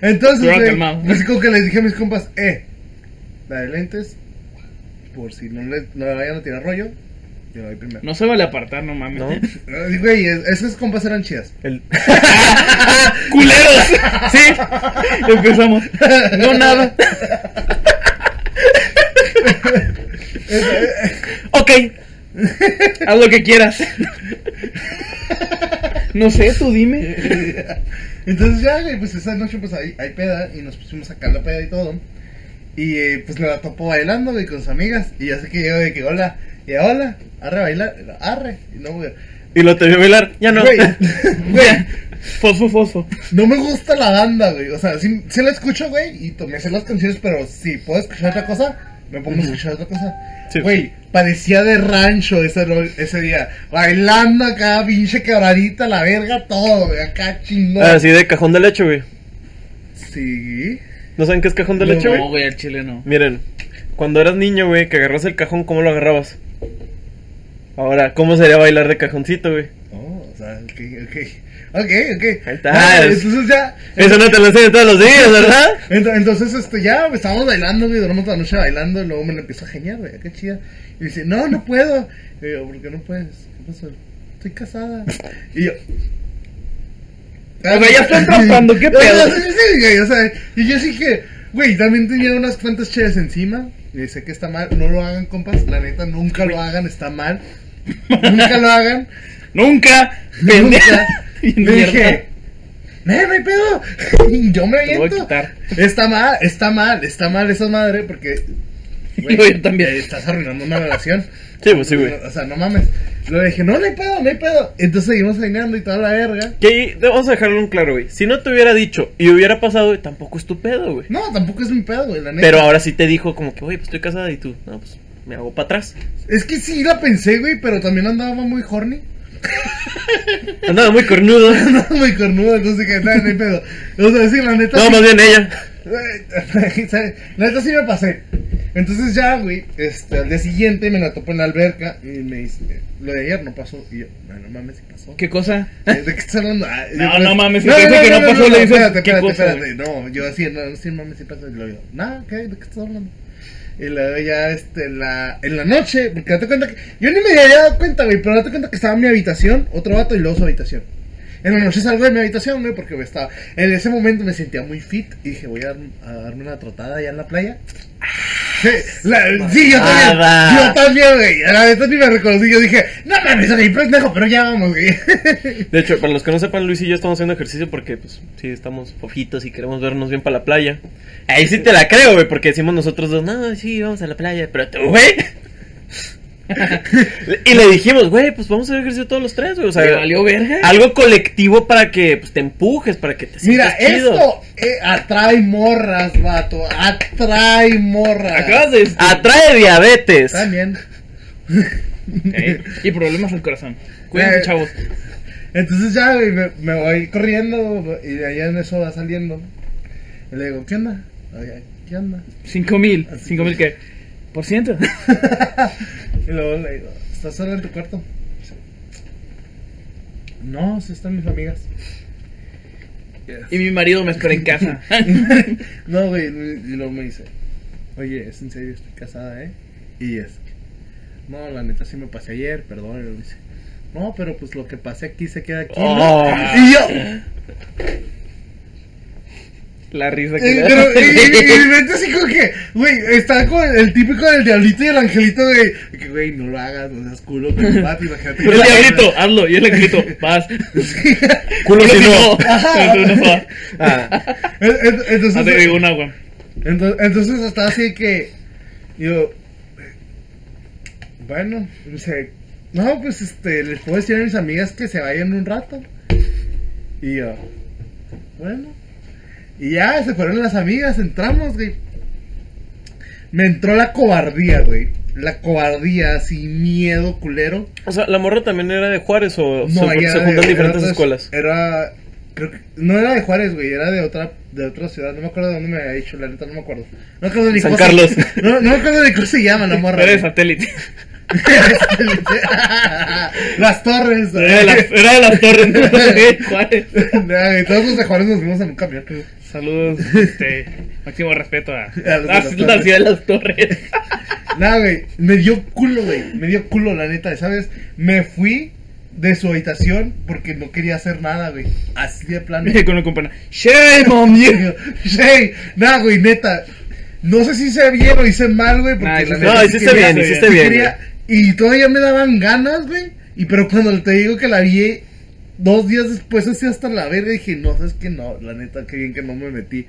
S3: Entonces,
S1: Pero
S3: güey,
S1: calmado.
S3: así como que les dije a mis compas, eh, la de lentes, por si no le, no le vayan a tirar rollo, yo la doy primero.
S1: No se vale apartar, no mames.
S2: ¿No?
S3: Eh, Güey, es- esas compas eran chidas.
S2: El-
S1: ¡Culeros! Sí. Empezamos. No nada.
S2: Ok,
S1: Haz lo que quieras. No sé, tú dime.
S3: Entonces ya, güey, pues esa noche pues hay, hay peda y nos pusimos a sacar la peda y todo. Y eh, pues me la topo bailando, güey, con sus amigas. Y ya sé que yo de que hola, y hola, arre a bailar, y la- arre. Y no, güey.
S2: Y lo te vio bailar, ya no.
S3: Güey, güey,
S1: Fosfo, fosfo.
S3: no me gusta la banda, güey. O sea, sí, sí la escucho, güey, y tomé sé las canciones, pero si puedo escuchar otra cosa, me pongo a escuchar otra cosa.
S2: Sí.
S3: Güey, parecía de rancho ese, ro- ese día. Bailando acá, pinche quebradita, la verga, todo, güey, acá chingón.
S2: Así de cajón de leche, güey.
S3: Sí.
S2: ¿No saben qué es cajón de
S3: No.
S2: leche,
S1: No,
S2: güey?
S1: güey, al chile no.
S2: Miren, cuando eras niño, güey, que agarras el cajón, ¿cómo lo agarrabas? Ahora, ¿cómo sería bailar de cajoncito, güey?
S3: Oh, sea, ok, ok. Ok, ok.
S2: Ahí está.
S3: Ah, entonces ya.
S2: Eso no te lo enseño todos los días, ¿verdad?
S3: Ento- Entonces, este, ya estábamos bailando, güey, duramos la noche bailando, y luego me la empiezo a geniar, güey, qué chida. Y dice, no, no puedo. Y yo, ¿por qué no puedes? ¿Qué pasó? Estoy casada. Y yo...
S1: O sea, ya están tratando, ¿qué
S3: O sea,
S1: pedo?
S3: sí, sí, güey, o sea, y yo sí que, güey, también tenía unas cuantas chéves encima, y sé que está mal, no lo hagan, compas, la neta, nunca lo hagan, está mal. Nunca lo hagan.
S1: Nunca, pendeja.
S3: Le
S1: Bien, mierda.
S3: dije, no, no hay pedo. Yo me
S1: Te voy a
S3: aviento.
S1: quitar.
S3: Está mal, está mal, está mal esa madre porque. güey,
S1: Yo también.
S3: Estás arruinando una relación.
S2: Sí, pues sí, güey.
S3: O sea, no mames. Le dije, no, no hay pedo, no hay pedo. Entonces seguimos cenando y toda la verga.
S2: Que ahí, te- vamos a dejarlo en claro, güey. Si no te hubiera dicho y hubiera pasado, güey, tampoco es tu pedo, güey.
S3: No, tampoco es mi pedo, güey, la neta.
S2: Pero ahora sí te dijo como que, oye, pues estoy casada y tú, no, pues me hago para atrás.
S3: Es que sí la pensé, güey, pero también andaba muy horny.
S2: Andaba muy cornudo.
S3: Andaba muy cornudo, entonces dije, no, no hay pedo. O sea, sí, la neta.
S2: No,
S3: sí-
S2: más bien ella.
S3: ¿Sabes? La neta sí me pasé. Entonces ya, güey, este, al día siguiente me la topo en la alberca y me dice, lo de ayer no pasó. Y yo, no, no mames, sí pasó.
S1: ¿Qué cosa?
S3: ¿De qué estás hablando? Ah,
S1: No,
S3: yo, pues,
S1: no mames, si te dice que no pasó, le dices,
S3: espérate,
S1: ¿qué
S3: espérate,
S1: cosa,
S3: espérate. No, yo así, no, sí, mames, sí pasó. Y lo digo, nada, ¿qué? ¿De qué estás hablando? Y luego ya, este, en la, en la noche, porque date cuenta que, yo ni me había dado cuenta, güey, pero date cuenta que estaba en mi habitación, otro vato y luego su habitación. En la noche salgo de mi habitación, güey, porque güey, estaba, en ese momento me sentía muy fit y dije, voy a, dar- a darme una trotada allá en la playa. Sí, la- sí, yo también.
S2: Nada.
S3: Yo también, güey. A la neta ni me reconocí. Yo dije, no mames, soy pendejo, pero ya vamos, güey.
S2: De hecho, para los que no sepan, Luis y yo estamos haciendo ejercicio porque, pues, sí, estamos fojitos y queremos vernos bien para la playa. Ahí sí te la creo, güey, porque decimos nosotros dos, no, sí, vamos a la playa, pero tú, güey. y le dijimos, güey, pues vamos a hacer ejercicio todos los tres, güey. O sea,
S1: ¿Le valió verga?
S2: algo colectivo para que pues, te empujes, para que te
S3: Mira,
S2: sientas chido.
S3: esto eh, atrae morras, vato. Atrae morras.
S1: Acabas de.
S2: Atrae diabetes.
S3: También.
S1: Eh, Y problemas al corazón. Cuídense,
S3: Eh.
S1: chavos.
S3: Entonces ya, güey, me, me voy corriendo y de allá en eso va saliendo. Y le digo, ¿qué onda? Oye, ¿Qué onda?
S1: Cinco mil. Cinco mil que. Por ciento.
S3: y luego le digo, ¿estás sola en tu cuarto? No, sí están mis amigas.
S1: Y mi marido me espera en casa.
S3: no, güey, y luego me dice, oye, es en serio, estoy casada, ¿eh? Y es, no, la neta sí me pasé ayer, perdón, y luego me dice, no, pero pues lo que pasé aquí se queda aquí, ¿no?".
S2: Oh.
S3: Y yo,
S1: La risa que
S3: y,
S1: le
S3: Eh, pero,
S1: da.
S3: y- y- y neta así como que, güey, está como el, el típico del diablito y el angelito de, que güey, no lo hagas, no seas culo, que me mate, imagínate.
S1: El diablito, hazlo. Y el grito, vas.
S2: Culo si no.
S3: Ajá.
S1: Tú no vas.
S2: Ah,
S3: En- en- Entonces,
S1: Ah, te digo un agua.
S3: Entonces, entonces estaba así que yo, bueno, dice, no, pues este, les puedo decir a mis amigas que se vayan un rato. Y yo, bueno, y ya se fueron las amigas, entramos, güey. Me entró la cobardía, güey. La cobardía, sin miedo, culero.
S2: o sea, la morra también era de Juárez o se,
S3: ahí
S2: se
S3: era
S2: juntan
S3: de-
S2: diferentes
S3: era de-
S2: escuelas.
S3: Era, creo que, no era de Juárez, güey, era de otra, de otra ciudad, no me acuerdo de dónde me había dicho, la neta no me acuerdo. No me acuerdo ni
S2: San
S3: cómo se-
S2: Carlos.
S3: No, no me acuerdo ni cómo se llama la morra.
S1: Era de
S3: güey.
S1: satélite.
S3: las torres. güey.
S1: Era de las, era de las torres. ¿no? Sí, Juárez.
S3: Nah, güey, Todos los de Juárez nos fuimos en un camión.
S1: Saludos, este, máximo respeto a,
S3: de las
S1: a la
S3: torres.
S1: ciudad de las torres.
S3: Nada, güey, me dio culo, güey, me dio culo, la neta, ¿sabes? Me fui de su habitación porque no quería hacer nada, güey. Así de plano.
S1: Con una compañera. Shame on you.
S3: Shey, nada, güey, neta. No sé si hice bien o hice mal, güey.
S1: Nah,
S3: Porque
S1: hiciste-
S3: neta
S2: no,
S3: sí
S2: hiciste
S3: quería-
S2: bien,
S3: sí
S2: hiciste bien,
S3: quería- Y todavía me daban ganas, güey. Y pero cuando te digo que la vi dos días después, así hasta la verga, dije, no, sabes que no, la neta, qué bien que no me metí.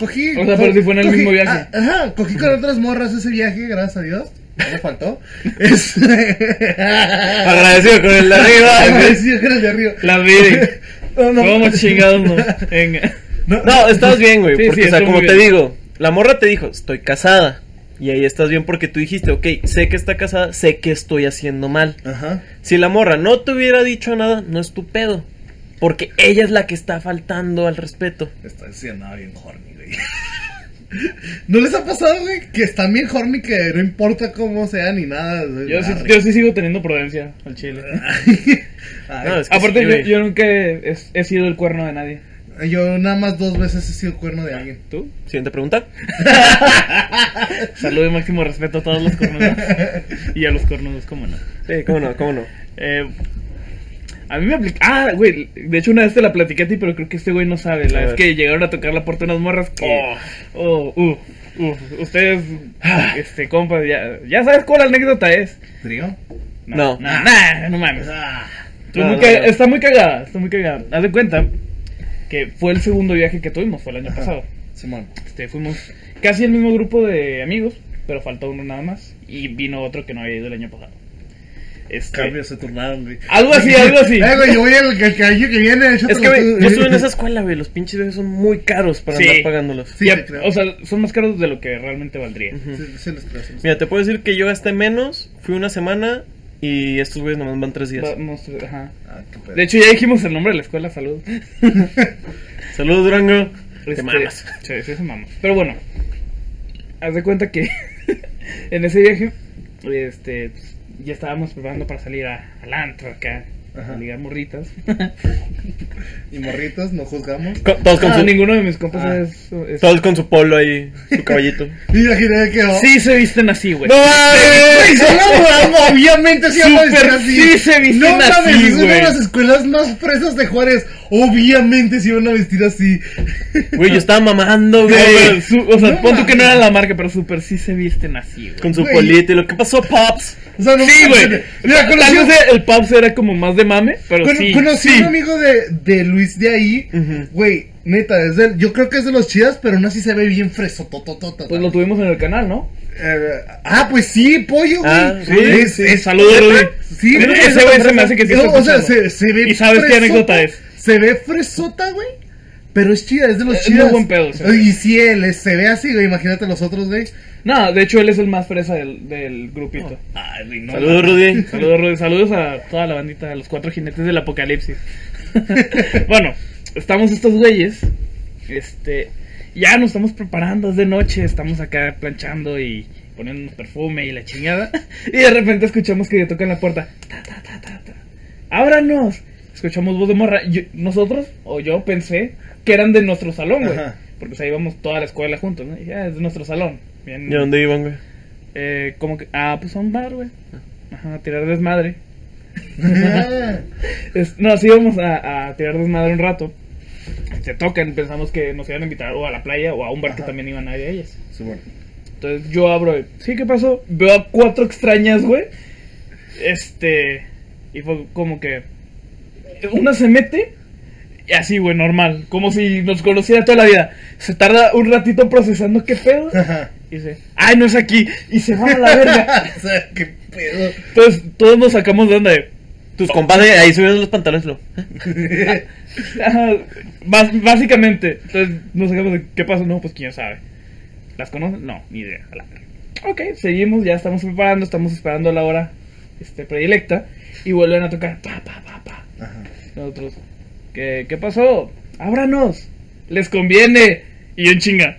S3: Cogí.
S1: O sea, pero si fue en el mismo viaje.
S3: ah, ajá, cogí con otras morras ese viaje, gracias a Dios. No me faltó. Este-
S2: Agradecido con el de arriba.
S3: Agradecido con el de arriba.
S1: La vida.
S3: No, no.
S1: ¿Cómo chingados no? Venga.
S3: No,
S2: No, estás bien, güey.
S1: Sí,
S2: porque,
S1: sí,
S2: o sea,
S1: estuvo
S2: como
S1: muy
S2: te
S1: bien.
S2: digo, la morra te dijo, estoy casada. Y ahí estás bien porque tú dijiste, ok, sé que está casada, sé que estoy haciendo mal.
S3: Ajá.
S2: Si la morra no te hubiera dicho nada, no es tu pedo. Porque ella es la que está faltando al respeto.
S3: Está siendo bien horny, güey. ¿No les ha pasado, güey? Que están bien horny que no importa cómo sea ni nada. güey.
S1: Yo sí,
S3: Arre.
S1: yo sí sigo teniendo prudencia al chile.
S3: Ay,
S2: No, es que
S1: Aparte,
S2: sí,
S1: yo,
S2: güey.
S1: yo nunca he, he sido el cuerno de nadie.
S3: Yo nada más dos veces he sido cuerno de alguien.
S1: ¿Tú?
S2: Siguiente pregunta.
S1: Salud y máximo respeto a todos los cornudos. y a los cornudos, cómo no.
S2: Sí, cómo no, cómo no.
S1: Eh, a mí me aplica. Ah, güey. De hecho, una vez te la platiqué a ti, pero creo que este güey no sabe. La
S2: A
S1: vez
S2: ver.
S1: que llegaron a tocar la puerta unas morras que. Oh, uh, uh, ustedes,
S2: Ah.
S1: este, compas, ya, ya sabes cuál anécdota es.
S3: ¿Trío?
S2: No.
S1: No, nah, no mames.
S3: Ah,
S1: Tú
S2: No,
S1: muy
S2: no,
S1: caga-
S2: no.
S1: Está muy cagada, está muy cagada. Haz de cuenta que fue el segundo viaje que tuvimos, fue el año
S3: Ajá.
S1: pasado.
S3: Simón.
S1: Este, fuimos casi el mismo grupo de amigos, pero faltó uno nada más. Y vino otro que no había ido el año pasado. Este,
S3: Cambios se turnaron, güey.
S1: Algo así, algo así.
S3: Eh, güey, yo voy al al año que viene.
S2: Es que, güey, yo estuve en esa escuela, güey. Los pinches viajes son muy caros para
S1: Sí.
S2: andar pagándolos.
S3: Sí,
S1: Y a-
S3: te creo.
S1: o sea, son más caros de lo que realmente valdría.
S2: Ujú.
S3: Sí, sí, les creo, sí les creo.
S2: Mira, te puedo decir que yo gasté menos, fui una semana y estos güeyes nomás van tres días.
S1: Vamos, ajá.
S3: Ah, qué pedo.
S1: De hecho, ya dijimos el nombre de la escuela, salud.
S2: Saludos, Durango. Te
S1: Este,
S2: mamas.
S1: Sí, sí, se mamas. Pero bueno, haz de cuenta que en ese viaje, este, pues, ya estábamos preparando para salir a, al antro acá,
S3: Ajá.
S1: a ligar morritas.
S3: Y morritos, no juzgamos.
S2: Co- todos, con
S1: Ah,
S2: su,
S1: ninguno de mis compas
S3: Ah.
S1: es, es-
S2: todos con su polo ahí, su caballito.
S3: Y imaginé que. oh,
S1: Sí se visten así, güey.
S3: Güey, son abogados, obviamente se van a
S1: Súper
S3: vestir así.
S1: sí se visten
S3: no mames,
S1: así,
S3: es una de
S1: güey.
S3: las escuelas más fresas de Juárez. Obviamente se iban a vestir así.
S2: Güey, yo estaba mamando,
S1: No, pero
S2: güey.
S1: su- o sea,
S3: No
S1: pon tú que no era
S3: mames.
S1: la marca, pero súper sí se visten así, güey.
S2: Con su
S3: Güey.
S2: polito y lo que pasó, Pops.
S3: O sea, no
S1: Sí, güey.
S3: Mira,
S1: Tal
S3: conocí,
S1: vez el Pops era como más de mame, pero
S3: cono-
S1: sí.
S3: conocí
S1: sí.
S3: un amigo de, de Luis de ahí.
S2: Ujú.
S3: Güey, neta, es del- yo creo que es de los chidas, pero aún así se ve bien freso.
S1: Pues lo tuvimos en el canal, ¿no?
S3: ah, pues sí, pollo, güey.
S2: Ah, sí,
S3: Es-
S1: sí.
S3: es-
S1: Saludos, Luis.
S3: Sí,
S1: Ese
S3: güey,
S1: güey se me hace que sí
S3: No,
S1: está
S3: O sea,
S1: escuchando.
S3: se, se ve.
S1: ¿Y sabes qué
S3: fresota,
S1: anécdota es?
S3: Se ve fresota, güey. Pero es chida, es de los
S1: Es
S3: chidas.
S1: muy buen pedo, sí, güey.
S3: Y si él es- se ve así, güey, imagínate los otros, güey.
S1: No, de hecho él es el más fresa del, del grupito.
S3: Ay, güey, no.
S2: Saludos, Rudy.
S1: Saludos, Rudy. Saludos a toda la bandita, a los cuatro jinetes del apocalipsis. bueno, estamos estos güeyes. Este, ya nos estamos preparando, es de noche, estamos acá planchando y poniéndonos perfume y la chingada. Y de repente escuchamos que tocan la puerta. Ta, ta, ta, ta, ta. ¡Ábranos! Escuchamos voz de morra. Yo- nosotros, o yo pensé, que eran de nuestro salón, güey.
S3: Ajá.
S1: Porque o sea, íbamos toda la escuela juntos, ¿no? Y ya, es de nuestro salón. Bien,
S2: ¿Y a dónde iban, güey?
S1: eh, como que, ah, pues a un bar, güey. Ajá, a tirar desmadre.
S3: Ah,
S1: Es- no, sí íbamos a, a tirar desmadre un rato. Se tocan, pensamos que nos iban a invitar o a la playa o a un bar que
S3: Ajá.
S1: también iban a ir ellas.
S3: sí, bueno.
S1: Entonces yo abro, y, sí, ¿qué pasó? Veo a cuatro extrañas, güey. Este, y fue como que una se mete y así, güey, normal, como si nos conociera toda la vida. Se tarda un ratito procesando qué pedo.
S3: Ajá.
S1: Y dice, ay, no es aquí. Y se va a la verga.
S3: o sea, qué pedo.
S1: Entonces todos nos sacamos de onda de,
S2: Tus compadres ahí subiendo los pantalones. Lo...
S1: Ajá, bas- básicamente. Entonces, no sacamos de qué pasó. No, pues quién sabe. ¿Las conocen? No, ni idea. a la verga. Ok, seguimos, ya estamos preparando, estamos esperando la hora este, predilecta. Y vuelven a tocar. Pa, pa, pa, pa.
S3: Ajá.
S1: Nosotros, ¿qué, qué pasó? Ábranos. Les conviene. Y yo en chinga.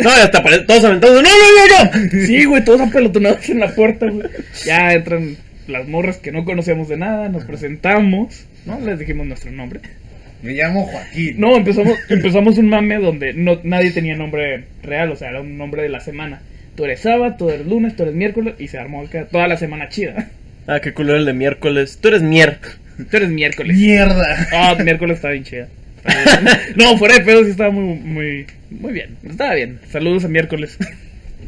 S2: No, ya hasta pare- todos aventados. ¡No, no, no, no!
S1: Sí, güey, todos apelotonados en la puerta, güey. Ya entran las morras que no conocíamos de nada, nos presentamos, ¿no? Les dijimos nuestro nombre.
S3: Me llamo Joaquín.
S1: No, empezamos, empezamos un mame donde no, nadie tenía nombre real, o sea, era un nombre de la semana. Tú eres sábado, tú eres lunes, tú eres miércoles, y se armó acá toda la semana chida.
S2: Ah, qué culo el de miércoles. Tú eres mier.
S1: Tú eres miércoles.
S3: Mierda.
S1: Ah, miércoles está bien chida. No, fuera de pedo sí estaba muy, muy, muy bien. Estaba bien. Saludos a miércoles.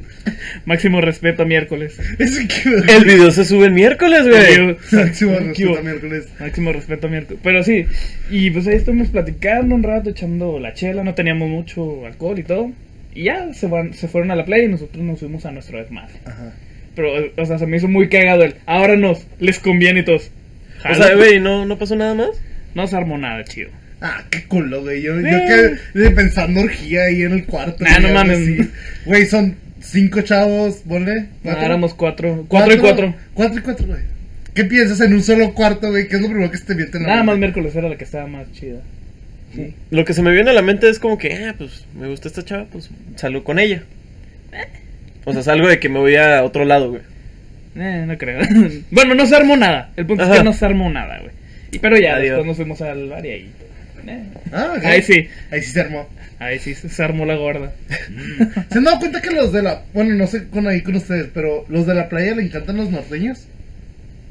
S1: Máximo respeto a miércoles.
S3: Es que.
S2: El video se sube el miércoles, güey.
S3: Máximo
S1: ¿Qué hubo?
S3: respeto, miércoles.
S1: Máximo respeto a miércoles. Pero sí, y pues ahí estuvimos platicando un rato, echando la chela, no teníamos mucho alcohol y todo. Y ya se, van, se fueron a la playa y nosotros nos fuimos a nuestro desmadre.
S3: Ajá.
S1: Pero, o sea, se me hizo muy cagado el. Ahora nos, les conviene y todos.
S2: O sea, güey, ¿no, ¿no pasó nada más?
S1: No se armó nada, chido.
S3: Ah, qué culo, güey. Yo, yo
S1: Eh.
S3: que pensando orgía ahí en el cuarto.
S1: Nah,
S3: güey,
S1: no
S3: algo
S1: mames.
S3: así. Güey, son cinco chavos, ponle.
S1: No,
S3: ¿cuatro?
S1: éramos cuatro. Cuatro y cuatro.
S3: Cuatro y cuatro, güey. ¿Qué piensas en un solo cuarto, güey? ¿Qué es lo primero que se te viene en la
S1: Nada más
S3: mente?
S1: miércoles era la que estaba más chida.
S2: Lo que se me viene a la mente es como que, ah, pues me gusta esta chava, pues salgo con ella. O sea, salgo de que me voy a otro lado, güey.
S1: Eh, no creo. bueno, no se armó nada. El punto es
S2: Ajá.
S1: que no se armó nada, güey. Y- Pero ya,
S2: Adiós.
S1: después nos fuimos al bar y ahí. eh,
S3: Ah, ok.
S1: Ahí sí.
S3: Ahí sí se armó.
S1: Ahí sí se se armó la gorda.
S3: ¿Se han dado cuenta que los de la. Bueno, no sé con ahí con ustedes, pero los de la playa le encantan los norteños?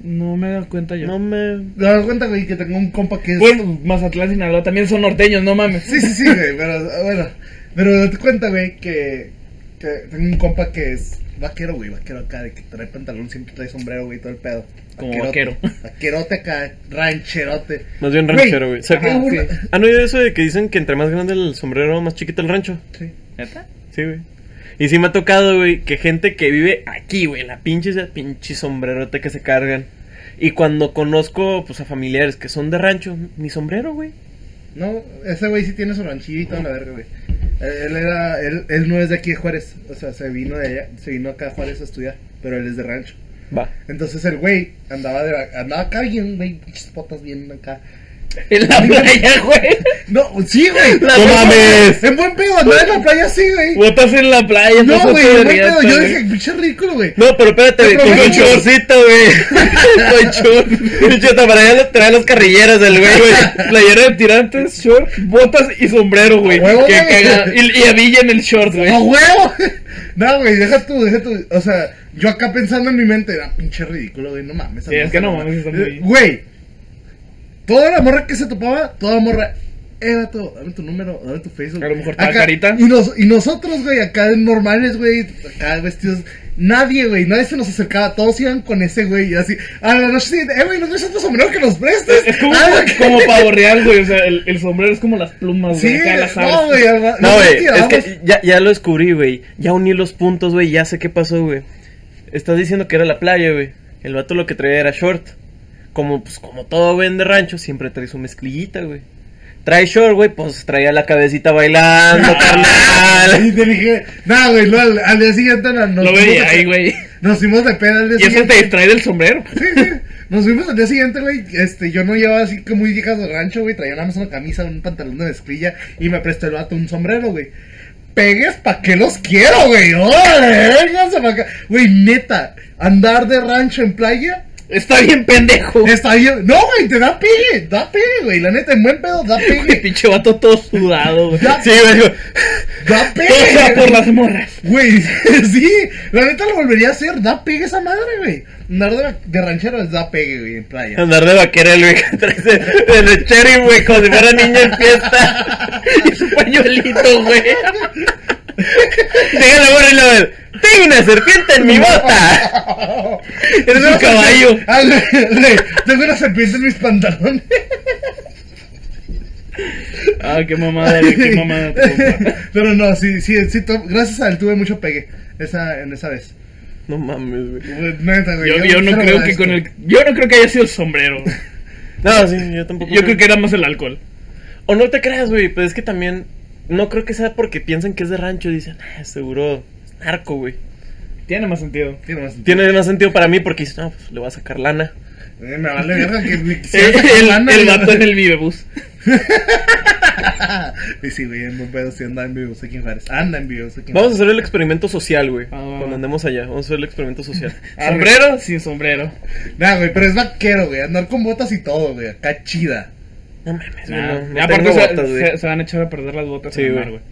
S1: No me he dado cuenta yo.
S2: No me.
S3: ¿Te das cuenta, güey, que tengo un compa que es.
S1: Bueno, Mazatlán, Sinaloa también son norteños, no mames.
S3: Sí, sí, sí, güey, pero bueno. Pero date cuenta, güey, que, que tengo un compa que es vaquero, güey, vaquero acá, de que trae pantalón, siempre trae sombrero, güey, todo el pedo.
S1: Como
S3: Vaquerote-
S1: vaquero.
S3: Vaquerote acá, rancherote.
S2: Más bien ranchero, güey. Se-
S1: ajá,
S3: güey,
S1: sí.
S2: ¿Han oído eso de que dicen que entre más grande el sombrero, más chiquito el rancho?
S3: Sí.
S1: ¿Neta?
S2: Sí, güey. Y sí me ha tocado, güey, que gente que vive aquí, güey, la pinche, esa pinche sombrerote que se cargan. Y cuando conozco, pues, a familiares que son de rancho, mi sombrero, güey.
S3: No, ese güey sí tiene su ranchillo y toda la verga, güey. Él, él era, él, él no es de aquí de Juárez, o sea, se vino de allá, se vino acá a Juárez a estudiar, pero él es de rancho.
S2: Va.
S3: Entonces el güey andaba de, va- andaba acá bien, güey, pinches potas bien acá.
S1: En la playa, güey.
S3: No, sí, güey.
S1: La
S3: En buen-
S1: mames.
S3: En buen pedo, andaba en la playa así, güey.
S1: Botas en la playa.
S3: No,
S1: estás
S3: güey,
S1: todo
S3: en buen
S1: riata,
S3: pedo. Yo
S1: güey.
S3: dije, pinche ridículo, güey.
S2: No, pero espérate,
S3: No,
S2: güey,
S3: pero
S2: con su
S3: bueno.
S2: chorcito, güey. Con short. Pinche, para allá trae las carrilleras del güey, güey.
S1: Playera de tirantes, short, botas y sombrero, güey.
S3: A huevo,
S1: Qué
S3: güey.
S1: cagado. Y, y a Villa en el short, güey.
S3: ¡A huevo! No, güey, deja tú, deja tú. O sea, yo acá pensando en mi mente, era pinche ridículo, güey, no mames.
S1: Sí, es que no mames, está muy-
S3: Eh, Güey, toda la morra que se topaba, toda morra. Eh, vato, dame tu número, dame tu Facebook.
S1: A lo mejor estaba
S3: Acá-
S1: carita.
S3: Y, nos- y nosotros, güey, acá normales, güey, acá vestidos. Nadie, güey, nadie se nos acercaba. Todos iban con ese, güey, y así. A la noche siguiente, eh, güey, ¿nos ves otro sombrero que nos prestes?
S1: Es como,
S3: Ah, ¿qué?
S1: como pavo real, güey. O sea, el, el sombrero es como las plumas,
S3: Sí,
S1: güey. acá las aves. pues.
S3: no, güey, alma-
S2: No,
S3: nos
S2: güey, es
S3: tirábamos.
S2: que ya, ya lo descubrí, güey. Ya uní los puntos, güey, ya sé qué pasó, güey. Estás diciendo que era la playa, güey. El vato lo que traía era short. Como, pues, como todo güey de rancho, siempre trae su mezclillita, güey. Trae short, güey, pues traía la cabecita bailando,
S3: Y
S2: carnal.
S3: te dije, no, güey, no, al, al día siguiente no, nos,
S1: Lo
S3: fuimos de-
S1: veía ahí, güey.
S3: nos fuimos de peda al día
S1: Y eso
S3: siguiente.
S1: te distrae del sombrero.
S3: Sí, sí, nos fuimos al día siguiente, güey. Este, yo no llevaba así que muy viejas de rancho, güey. Traía nada más una camisa, un pantalón de mezclilla y me prestó el vato un sombrero, güey. Pegues, ¿pa' qué los quiero, güey? ¡Órale, vénganse pa' acá! Güey, neta, andar de rancho en playa
S1: Está bien pendejo.
S3: está bien. No, güey, te da pegue, da pegue, güey. La neta, en buen pedo, da
S1: El
S3: pegue.
S1: pinche vato todo sudado, güey.
S3: Da,
S2: Sí, güey, digo,
S3: da
S1: Todo sea
S3: pegue.
S1: por las morras.
S3: Güey, sí, la neta lo volvería a hacer, da pegue esa madre, güey. Andar de, de ranchero es da pegue, güey, en playa.
S2: andar de vaquera, el güey, que trae ese- en el cherry, güey, como si fuera niño en fiesta.
S1: Y su pañuelito, güey.
S2: Llega la morra y la ve, Tengo una serpiente en mi bota. Eres un caballo.
S3: Ah, güey, güey, tengo una serpiente en mis pantalones.
S1: Ah, qué mamada, güey. Qué mamada. tu compa.
S3: Pero no, sí, sí, sí, to- gracias a él tuve mucho pegue esa, en esa vez.
S2: No mames, güey.
S3: Güey, Neta, güey.
S1: Yo, yo no
S3: se lo
S1: creo que
S3: agradezco.
S1: con el. Yo no creo que haya sido el sombrero. güey.
S2: No, sí, yo tampoco.
S1: Yo creo que era más el alcohol.
S2: O no te creas, güey, pues es que también. No creo que sea porque piensan que es de rancho y dicen, ah, seguro es narco, güey.
S1: Tiene más sentido.
S3: Tiene más sentido.
S2: Tiene más sentido para mí porque dicen, no, pues le voy a sacar lana.
S3: Eh, Me vale verga que me
S1: El, el,
S3: lana,
S1: el
S3: güey.
S1: vato en el vivebus.
S3: Y sí, güey, en buen pedo, sí, anda en vivo, sé quién Juárez. Anda en vivo, sé quién
S2: Vamos a hacer el experimento social, güey.
S1: Ah, va, va.
S2: cuando andemos allá, vamos a hacer el experimento social.
S3: Ah,
S1: Sombrero sin sombrero.
S3: Nah, güey, pero es vaquero, güey. Andar con botas y todo, güey. Acá chida.
S2: No mames, güey,
S1: Nah,
S2: no, no
S1: aparte
S2: tengo
S1: Ah, se,
S2: botas, güey.
S1: se- se van a echar a perder las botas
S2: Sí,
S1: en el
S2: güey.
S1: mar, güey.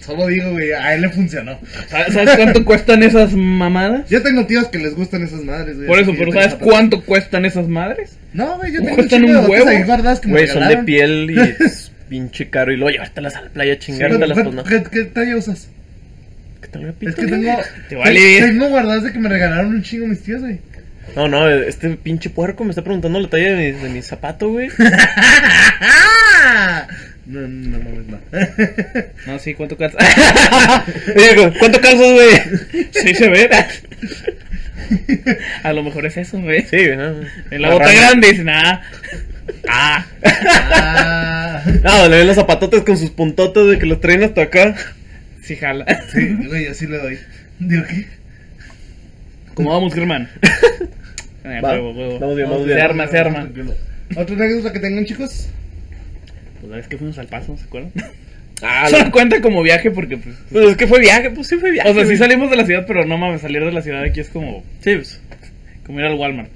S3: Solo digo, güey, a él le funcionó.
S1: ¿Sabes sabes cuánto cuestan esas mamadas?
S3: Yo tengo tíos que les gustan esas madres, güey.
S1: Por
S3: así
S1: eso,
S3: que
S1: pero
S3: yo tengo
S1: ¿sabes
S3: zapatos.
S1: cuánto cuestan esas madres?
S3: No, güey, yo tengo un
S1: Cuestan
S3: chingo
S1: un
S3: de botas
S1: huevo.
S3: ahí guardadas que me
S2: Güey, son de
S3: regalaron.
S2: piel y es pinche caro. Y luego llevártelas a la playa, chingártelas, pues no.
S3: ¿Qué, qué talla usas?
S2: ¿Qué tal, güey,
S3: Es
S2: pito,
S3: que
S2: güey?
S3: tengo.
S1: Te vale.
S3: Tengo guardadas de que me regalaron un chingo mis tíos, güey.
S2: No, no, este pinche puerco me está preguntando la talla de mi, de mi zapato, güey.
S3: No, no, no, no.
S1: No, sí, ¿cuánto cuesta?
S2: Diego, ¿cuánto calzas, güey?
S1: sí, se ve. A lo mejor es eso, güey.
S2: Sí, güey, no. güey.
S1: En la bota
S2: rana.
S1: grande dicen, ah. Ah.
S3: Ah,
S2: No, le ven los zapatotes con sus puntotes de que los traen hasta acá.
S1: Sí, jala.
S3: sí, güey, yo sí le doy. Digo, ¿qué?
S1: ¿Cómo vamos, Germán? Eh,
S2: Va,
S1: huevo, huevo.
S2: vamos bien, vamos
S1: Se
S2: bien.
S1: arma, se arma.
S3: ¿Otra anécdota que tengan, chicos?
S1: Pues la vez que fuimos al paso, ¿se acuerdan?
S2: Ah,
S1: Solo cuenta como viaje porque, pues.
S2: pues es que fue viaje, pues sí fue viaje.
S1: O sea, sí
S2: güey.
S1: salimos de la ciudad, pero no mames, salir de la ciudad de aquí es como,
S2: Sí, pues.
S1: como ir al Walmart.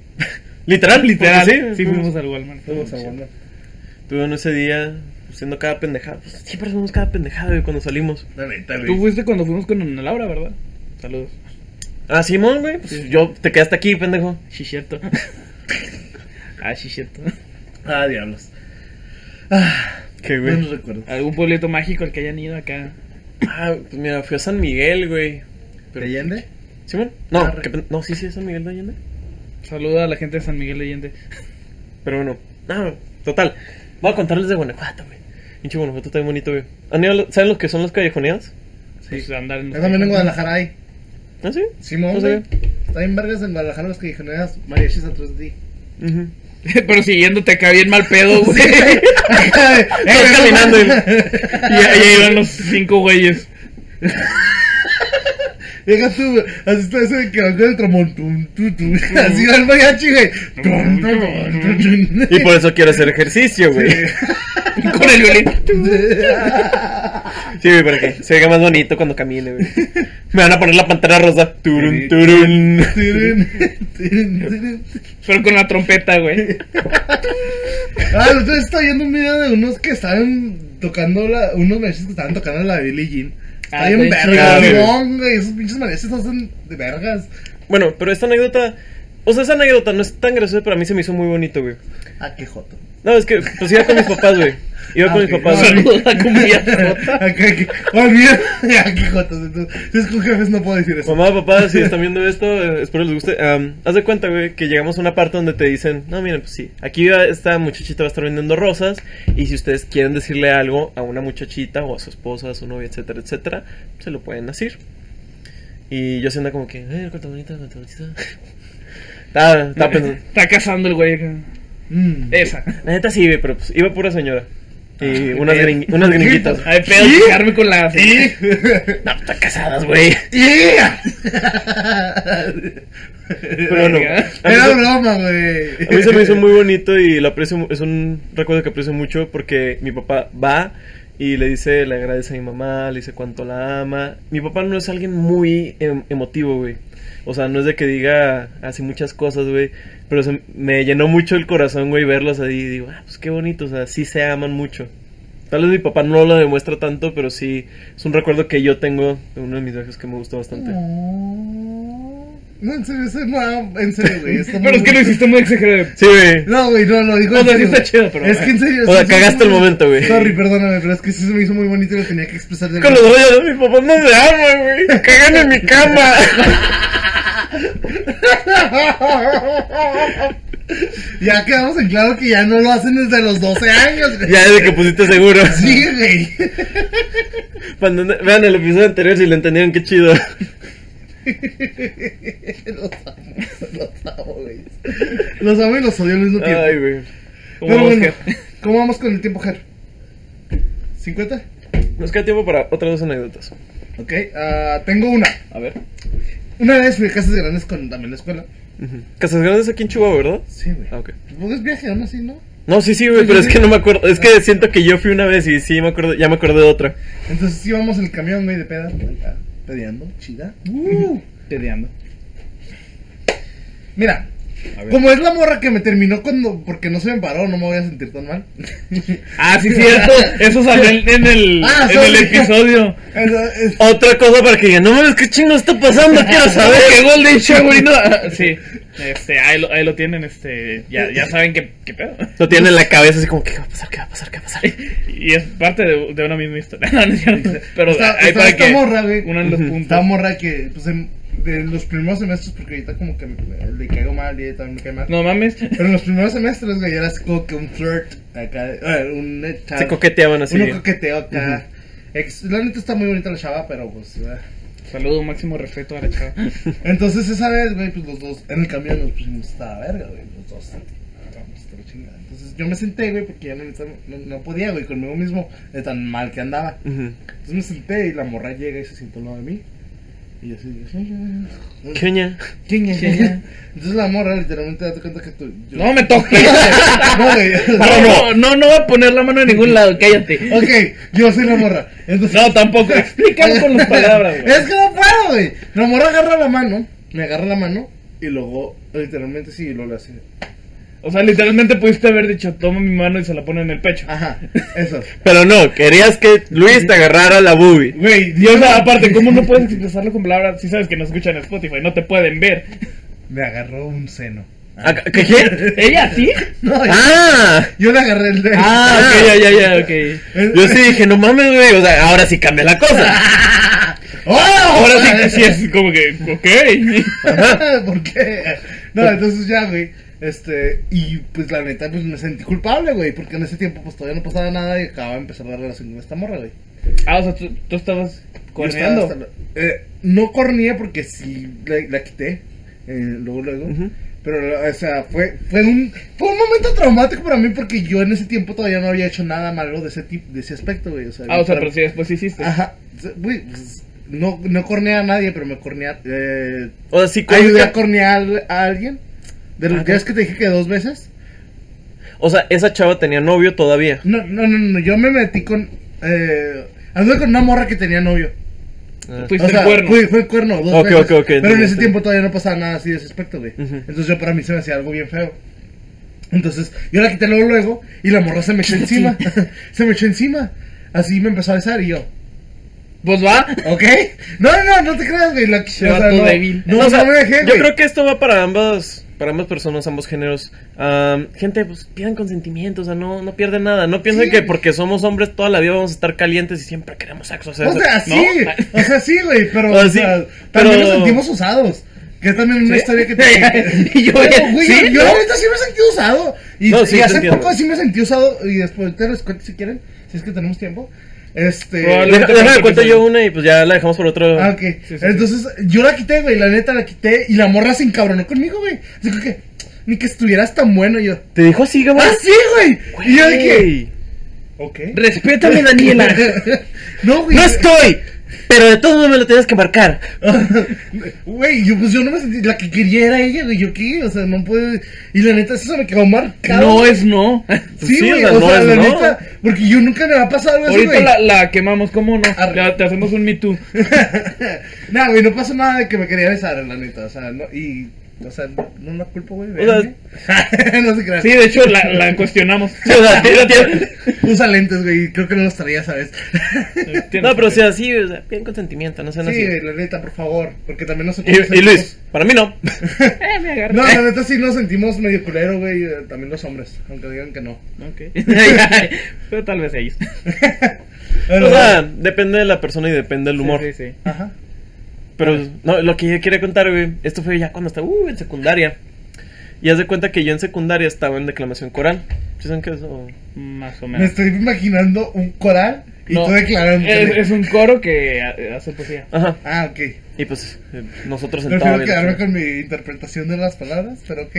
S2: Literal,
S1: Literal,
S2: porque
S1: sí, fuimos al Walmart.
S3: Fuimos a Walmart.
S2: Estuvieron ese día haciendo cada pendejada. Pues, siempre hacemos cada pendejada, güey, cuando salimos.
S3: La neta,
S1: Tú
S3: güey.
S1: fuiste cuando fuimos con Ana Laura, ¿verdad? Saludos.
S2: Ah, Simón, güey. Pues
S1: Sí.
S2: yo te quedaste aquí, pendejo.
S1: Sí, cierto. ah, sí, cierto.
S3: Ah, diablos. Ah,
S2: Qué
S3: buenos recuerdos.
S1: ¿Algún pueblito mágico al que hayan ido acá?
S2: Ah, pues mira, fui a San Miguel, güey.
S3: ¿De Allende?
S2: ¿Simón? No,
S3: Arre.
S2: qué pen- no, sí, sí, es San Miguel de Allende.
S1: Saluda a la gente de San Miguel de Allende.
S2: Pero bueno, no, total. Voy a contarles de Guanajuato, güey. Pinche Guanajuato está bien bonito, güey. ¿Han ido a lo- ¿Saben los que son los callejoneados?
S1: Pues, andar en
S3: Yo también en Guadalajara hay.
S2: ¿Ah, sí?
S3: Simón,
S2: No
S3: güey.
S2: sé.
S3: Está bien vergas en Guadalajara los que generas mariachis atrás de ti.
S2: Ujú.
S1: Pero siguiéndote acá bien mal pedo, güey.
S3: Estás
S2: caminando, güey.
S1: y ahí iban los cinco güeyes.
S3: Deja tú, güey. así está ese de que va con el tromón. tum, tu, tu. Así va el mariachi, güey. Trum, trum, trum, trum.
S2: Y por eso quiero hacer ejercicio, güey.
S1: Con el violín.
S2: Sí, güey, para que se vea más bonito cuando camine, güey. Me van a poner la pantera rosa. Turun, turun.
S3: Tirun, tirun, tirun.
S1: Pero con la trompeta, güey.
S3: Ah, el otro día estaba viendo un video de unos que estaban tocando la, unos mariachis que estaban tocando la Billie Jean. Está
S1: Ah,
S3: bien
S1: está bien chingado,
S3: vergas,
S1: güey.
S3: Simón, güey. Esos pinches mariachis no hacen de vergas.
S2: Bueno, pero esta anécdota. O sea, esa anécdota no es tan graciosa, pero a mí se me hizo muy bonito, güey.
S3: Ah, qué joto.
S2: No, es que pues iba con mis papás, güey. Iba
S3: Ah,
S2: con
S3: ok.
S2: mis papás. güey.
S1: Saludos a la comunidad.
S3: Olvida. Ah, qué jotos. Entonces, si es con jefes no puedo decir eso.
S2: Mamá, papá, si están viendo esto, eh, espero les guste. Am, haz de cuenta, güey, que llegamos a una parte donde te dicen, no, miren, pues sí, aquí va- esta muchachita va a estar vendiendo rosas y si ustedes quieren decirle algo a una muchachita o a su esposa, a su novia, etcétera, etcétera, se lo pueden decir. Y yo siendo como que, eh, cuánta bonita, cuánta bonita. Estaba, estaba pensando.
S1: Está cazando el güey acá.
S3: Mm.
S1: Esa.
S2: pues, La neta sí, güey, pero pues iba pura señora. Y
S1: Ah,
S2: unas,
S1: ok.
S2: gring- unas gringuitas.
S1: Ay, pedo,
S3: ¿Sí?
S1: fijarme con la.
S3: ¿Sí?
S2: No, están casadas, güey.
S3: Yeah.
S2: Pero no.
S3: Era broma, güey.
S2: A mí se me hizo muy bonito y lo aprecio, mu- es un recuerdo que aprecio mucho porque mi papá va y le dice, le agradece a mi mamá, le dice cuánto la ama. Mi papá no es alguien muy em- emotivo, güey. O sea, no es de que diga así muchas cosas, güey. Pero se- me llenó mucho el corazón, güey, verlos ahí. Y digo, ah, pues qué bonito, o sea, sí se aman mucho. Tal vez mi papá no lo demuestra tanto, pero sí es un recuerdo que yo tengo de uno de mis viajes que me gustó bastante.
S3: Mm. No, en serio, eso no, en serio, güey. está muy
S1: Pero es que lo
S3: bonito.
S1: hiciste muy exagerado.
S2: Sí, güey.
S3: No, güey, no, lo digo.
S1: O
S3: en
S1: sea, sí
S3: serio,
S1: está
S3: güey.
S1: chido, pero-
S3: Es que en serio.
S2: O
S3: sí
S2: sea,
S3: se me hizo
S2: cagaste el
S3: muy-
S2: momento, güey.
S3: Sorry, perdóname, pero es que sí se me hizo muy bonito y lo tenía que expresar. de
S2: Con
S3: verdad.
S2: los rollos de mi papá no se ama, güey. Cagan en mi cama.
S3: Ya quedamos en claro que ya no lo hacen desde los 12 años, güey.
S2: Ya desde que pusiste seguro.
S3: Sí, güey.
S2: Cuando- vean el episodio anterior si lo entendieron, qué chido.
S3: Los amo, los amo, güey. Los amo y los odio al mismo tiempo.
S2: Ay, güey.
S1: Como
S3: Pero bueno,
S1: Oscar.
S3: ¿cómo vamos con el tiempo, Ger? ¿50?
S2: Nos queda tiempo para otras dos anécdotas.
S3: Ok, ah, tengo una.
S1: A ver.
S3: Una vez fui a casas grandes con también la escuela.
S2: Ujú. Casas Grandes aquí en Chihuahua, ¿verdad?
S3: Sí, güey.
S2: Ah, ok.
S3: Supongo que pues es viaje aún así, ¿no?
S2: No, sí, sí, güey, pero es que no me acuerdo. Es que siento que yo fui una vez y sí, me acuerdo, ya me acuerdo de otra.
S3: Entonces íbamos en el camión, güey, de peda. acá, Pedeando, chida.
S1: Uh, tedeando.
S3: Mira,
S1: A ver.
S3: como es la morra que me terminó cuando. Porque no se me paró, no me voy a sentir tan mal.
S1: Ah, sí, cierto. Eso salió en en el,
S3: Ah,
S1: en el
S3: sorry.
S1: episodio.
S3: Entonces,
S2: Otra cosa para que digan, no mames, qué chingo está pasando, quiero
S1: ¿Sabes
S2: saber.
S1: qué Golden Shower? y no- ah, Sí. Este, ahí lo, ahí lo tienen, este. Ya, ya saben qué, qué pedo.
S2: Lo tiene en la cabeza así como, ¿qué va a pasar? ¿Qué va a pasar? ¿Qué va a pasar?
S1: Y es parte de, de una misma historia. No, no es cierto. Pero
S3: Está-
S1: ahí
S3: está
S1: para
S3: esta
S1: que
S3: morra, güey.
S1: unan los
S2: Ujú.
S3: Esta
S1: puntos.
S3: morra que, pues, en- de los primeros semestres, porque ahorita como que me- le caigo mal y ella también me cae mal.
S1: No mames.
S3: Pero en los primeros semestres, güey, era así como que un flirt acá, eh, un eh, chavo.
S2: Se coqueteaban así.
S3: Uno coqueteo acá. Ex- La neta está muy bonita la chava, pero pues. eh.
S1: Saludo, máximo respeto a la chava.
S3: Entonces esa vez, güey, pues los dos en el camión nos pusimos esta verga, güey. Los dos. estábamos hasta la chingada. Entonces yo me senté, güey, porque ya no, no, no podía, güey, conmigo mismo, de tan mal que andaba.
S2: Ujú.
S3: Pues Entonces me senté y la morra llega y se sentó al lado de mí. Y yo así, de,
S2: ¿Qué oña?
S3: ¿Quién es?
S1: ¿Quién es?
S3: Entonces la morra literalmente date cuenta que tú. yo-
S1: No me toques.
S3: no, güey.
S1: No, no, no, no voy a poner la mano en ningún lado, cállate.
S3: Ok, yo soy la morra. Entonces,
S1: No, tampoco. Explícalo con las palabras, güey.
S3: Es que no puedo, güey. La morra agarra la mano, me agarra la mano y luego, literalmente, sí, lo le hace.
S1: O sea, literalmente pudiste haber dicho, toma mi mano y se la pone en el pecho.
S3: Ajá, eso.
S2: Pero no, querías que Luis te agarrara la boobie.
S1: Güey, y o sea, aparte, ¿cómo no puedes expresarlo con palabras si sabes que nos escuchan en Spotify? No te pueden ver.
S3: Me agarró un seno.
S2: Ah, ¿Qué? qué?
S1: ¿Ella sí?
S3: No, yo-
S2: ¡Ah!
S3: yo le agarré el dedo.
S1: Ah, ok, ya, ya, ya, ok.
S2: Yo sí dije, no mames, güey. O sea, ahora sí cambia la cosa.
S3: ¡Oh!
S1: Ahora sí que sí es como que, ok.
S3: ¿Por qué? No, entonces ya, güey. Este, y pues la neta, pues me sentí culpable, güey. Porque en ese tiempo, pues todavía no pasaba nada y acababa de empezar la relación con esta morra, güey.
S1: Ah, o sea, tú, tú estabas
S3: Yo estaba hasta
S1: corriendo.
S3: la- eh, no corneé porque sí la, la quité. eh, luego, luego.
S2: Ujú.
S3: Pero, o sea, fue, fue, un, fue un momento traumático para mí porque yo en ese tiempo todavía no había hecho nada malo de ese, tipo, de ese aspecto, güey. O sea,
S1: Ah, o sea,
S3: yo-
S1: pero sí, después sí hiciste.
S3: Ajá. Güey, pues, no, no corneé a nadie, pero me corneé. Eh,
S2: O sea, sí, como
S3: ayudé a
S2: que-
S3: cornear a alguien. De los
S2: Ajá.
S3: días que te dije que dos veces.
S2: O sea, esa chava tenía novio todavía.
S3: No, no, no, no, yo me metí con. Eh, anduve con una morra que tenía novio.
S2: Ah.
S3: Pues,
S1: Fuiste el cuerno.
S3: Fue, fue el cuerno. Dos
S2: Ok,
S3: veces.
S2: ok, ok,
S3: Pero en
S2: entendí,
S3: ese
S2: entendí.
S3: tiempo todavía no pasaba nada así de ese aspecto, güey.
S2: Ujú.
S3: Entonces yo para mí se me hacía algo bien feo. Entonces yo la quité luego, luego y la morra se me echó encima. se me echó encima. Así me empezó a besar y yo.
S1: Pues va.
S3: ¿Ok? No, no, no, no te creas, güey. La,
S1: Se va todo
S3: no,
S1: débil.
S3: No,
S2: O sea,
S3: no me dejé,
S2: Yo
S3: güey.
S2: creo que esto va para ambas, para ambas personas, ambos géneros. Am, gente, pues pidan consentimiento, o sea, no, no pierden nada. No piensen
S3: Sí.
S2: que porque somos hombres toda la vida vamos a estar calientes y siempre queremos sexo. O sea,
S3: O sea,
S2: ¿no?
S3: sí, o sea, sí, güey, pero,
S2: O sea,
S3: o sea,
S2: sí,
S3: también
S2: pero-
S3: nos sentimos usados. Que es también una
S1: ¿Sí?
S3: historia que te...
S1: Y yo,
S3: Pero, güey,
S1: ¿sí?
S3: yo la neta sí me sentí usado. Y,
S2: No, sí,
S3: y
S2: te
S3: hace
S2: entiendo.
S3: poco sí me sentí usado. Y después te los cuento si quieren, si es que tenemos tiempo. Este...
S1: Probable-
S2: Deja- Déjame de cuento yo una y pues ya la dejamos por otro.
S3: Ah, ok.
S1: sí, sí.
S3: Entonces, yo la quité, güey, la neta la quité. Y la morra se encabronó conmigo, güey. Dijo que, ni que estuvieras tan bueno. Y yo,
S2: ¿Te dijo así, Gabo?
S3: ¡ah, sí, güey! Y yo dije,
S2: Güey.
S3: ok.
S1: Respétame, Daniela.
S3: no, güey.
S2: ¡No estoy! Pero de todos modos me lo tienes que marcar.
S3: Güey, yo pues yo no me sentí, la que quería era ella, güey, yo qué, o sea, no puede, y la neta eso se me quedó marcado.
S1: No es no.
S3: sí,
S2: sí,
S3: güey,
S2: o sea,
S3: o
S2: no
S3: sea,
S2: es
S3: la
S2: no.
S3: neta, porque yo nunca me ha pasado algo así,
S1: Ahorita
S3: güey.
S1: la, la quemamos, ¿cómo no?
S3: Arre.
S1: Ya te hacemos un Me Too.
S3: Nah, güey, no pasó nada de que me quería besar, la neta, o sea, no, y, o sea, no la culpo, güey,
S2: sea-
S3: véanme. no se crean.
S1: Sí, de hecho, la, la cuestionamos.
S2: Sí, o sea, tira- tira-
S3: Usa lentes, güey, creo que no los traía, ¿sabes?
S2: No, pero o sea, sí, o sea, piden consentimiento, no sean
S3: sí,
S2: así.
S3: güey, la neta, por favor, porque también nosotros...
S2: Y, y Luis, para mí no.
S1: Eh, me agarré.
S3: No, la neta sí nos sentimos medio culero, güey, eh, también los hombres, aunque digan que no.
S1: Ok. pero tal vez ellos.
S2: O sea, depende de la persona y depende del humor.
S1: Sí, sí, sí.
S3: Ajá.
S2: Pero no, lo que yo quería contar, güey, esto fue ya cuando estaba uh, en secundaria. Y haz de cuenta que yo en secundaria estaba en declamación coral. ¿Sí saben qué es? O-
S1: Más o
S3: Me
S1: menos.
S3: estoy imaginando un coral y
S1: No,
S3: tú declarando.
S1: Es, es un coro que ha- hace poesía.
S2: Ajá.
S3: Ah, ok.
S2: Y pues eh, nosotros
S3: Prefiero
S2: sentados. bien-
S3: quedarme con mi interpretación de las palabras, pero ok.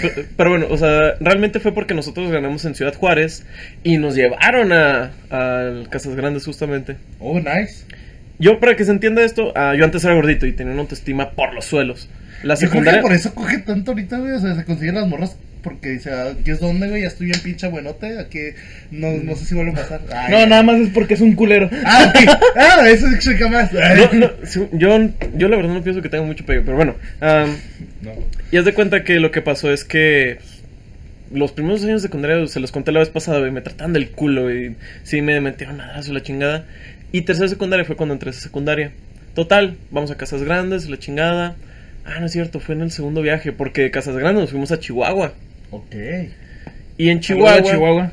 S2: Pero, pero bueno, o sea, realmente fue porque nosotros ganamos en Ciudad Juárez y nos llevaron a, a Casas Grandes justamente.
S3: Oh, nice.
S2: Yo, para que se entienda esto, ah, yo antes era gordito y tenía una autoestima por los suelos. La
S3: Yo creo que
S2: secundaria...
S3: por eso coge tanto ahorita, güey. O sea, se consiguen las morras porque dice, ah, aquí es donde, güey, ya estoy bien pinche buenote. Aquí no, no sé si vuelve a pasar. Ay,
S1: No, nada más es porque es un culero.
S3: Ah, ok. Ah, eso explica más.
S2: No, no, sí, yo, yo la verdad no pienso que tenga mucho pegue, pero bueno. am,
S3: No.
S2: y haz de cuenta que lo que pasó es que los primeros años de secundaria, se los conté la vez pasada, güey, me trataban del culo, y sí, me metieron madrazo y la chingada. Y tercera secundaria fue cuando entré a esa secundaria. Total, vamos a Casas Grandes, la chingada. Ah, no es cierto, fue en el segundo viaje, porque de Casas Grandes nos fuimos a Chihuahua.
S3: Ok.
S2: Y
S3: Ah,
S2: en Chihuahua,
S1: Chihuahua. Chihuahua.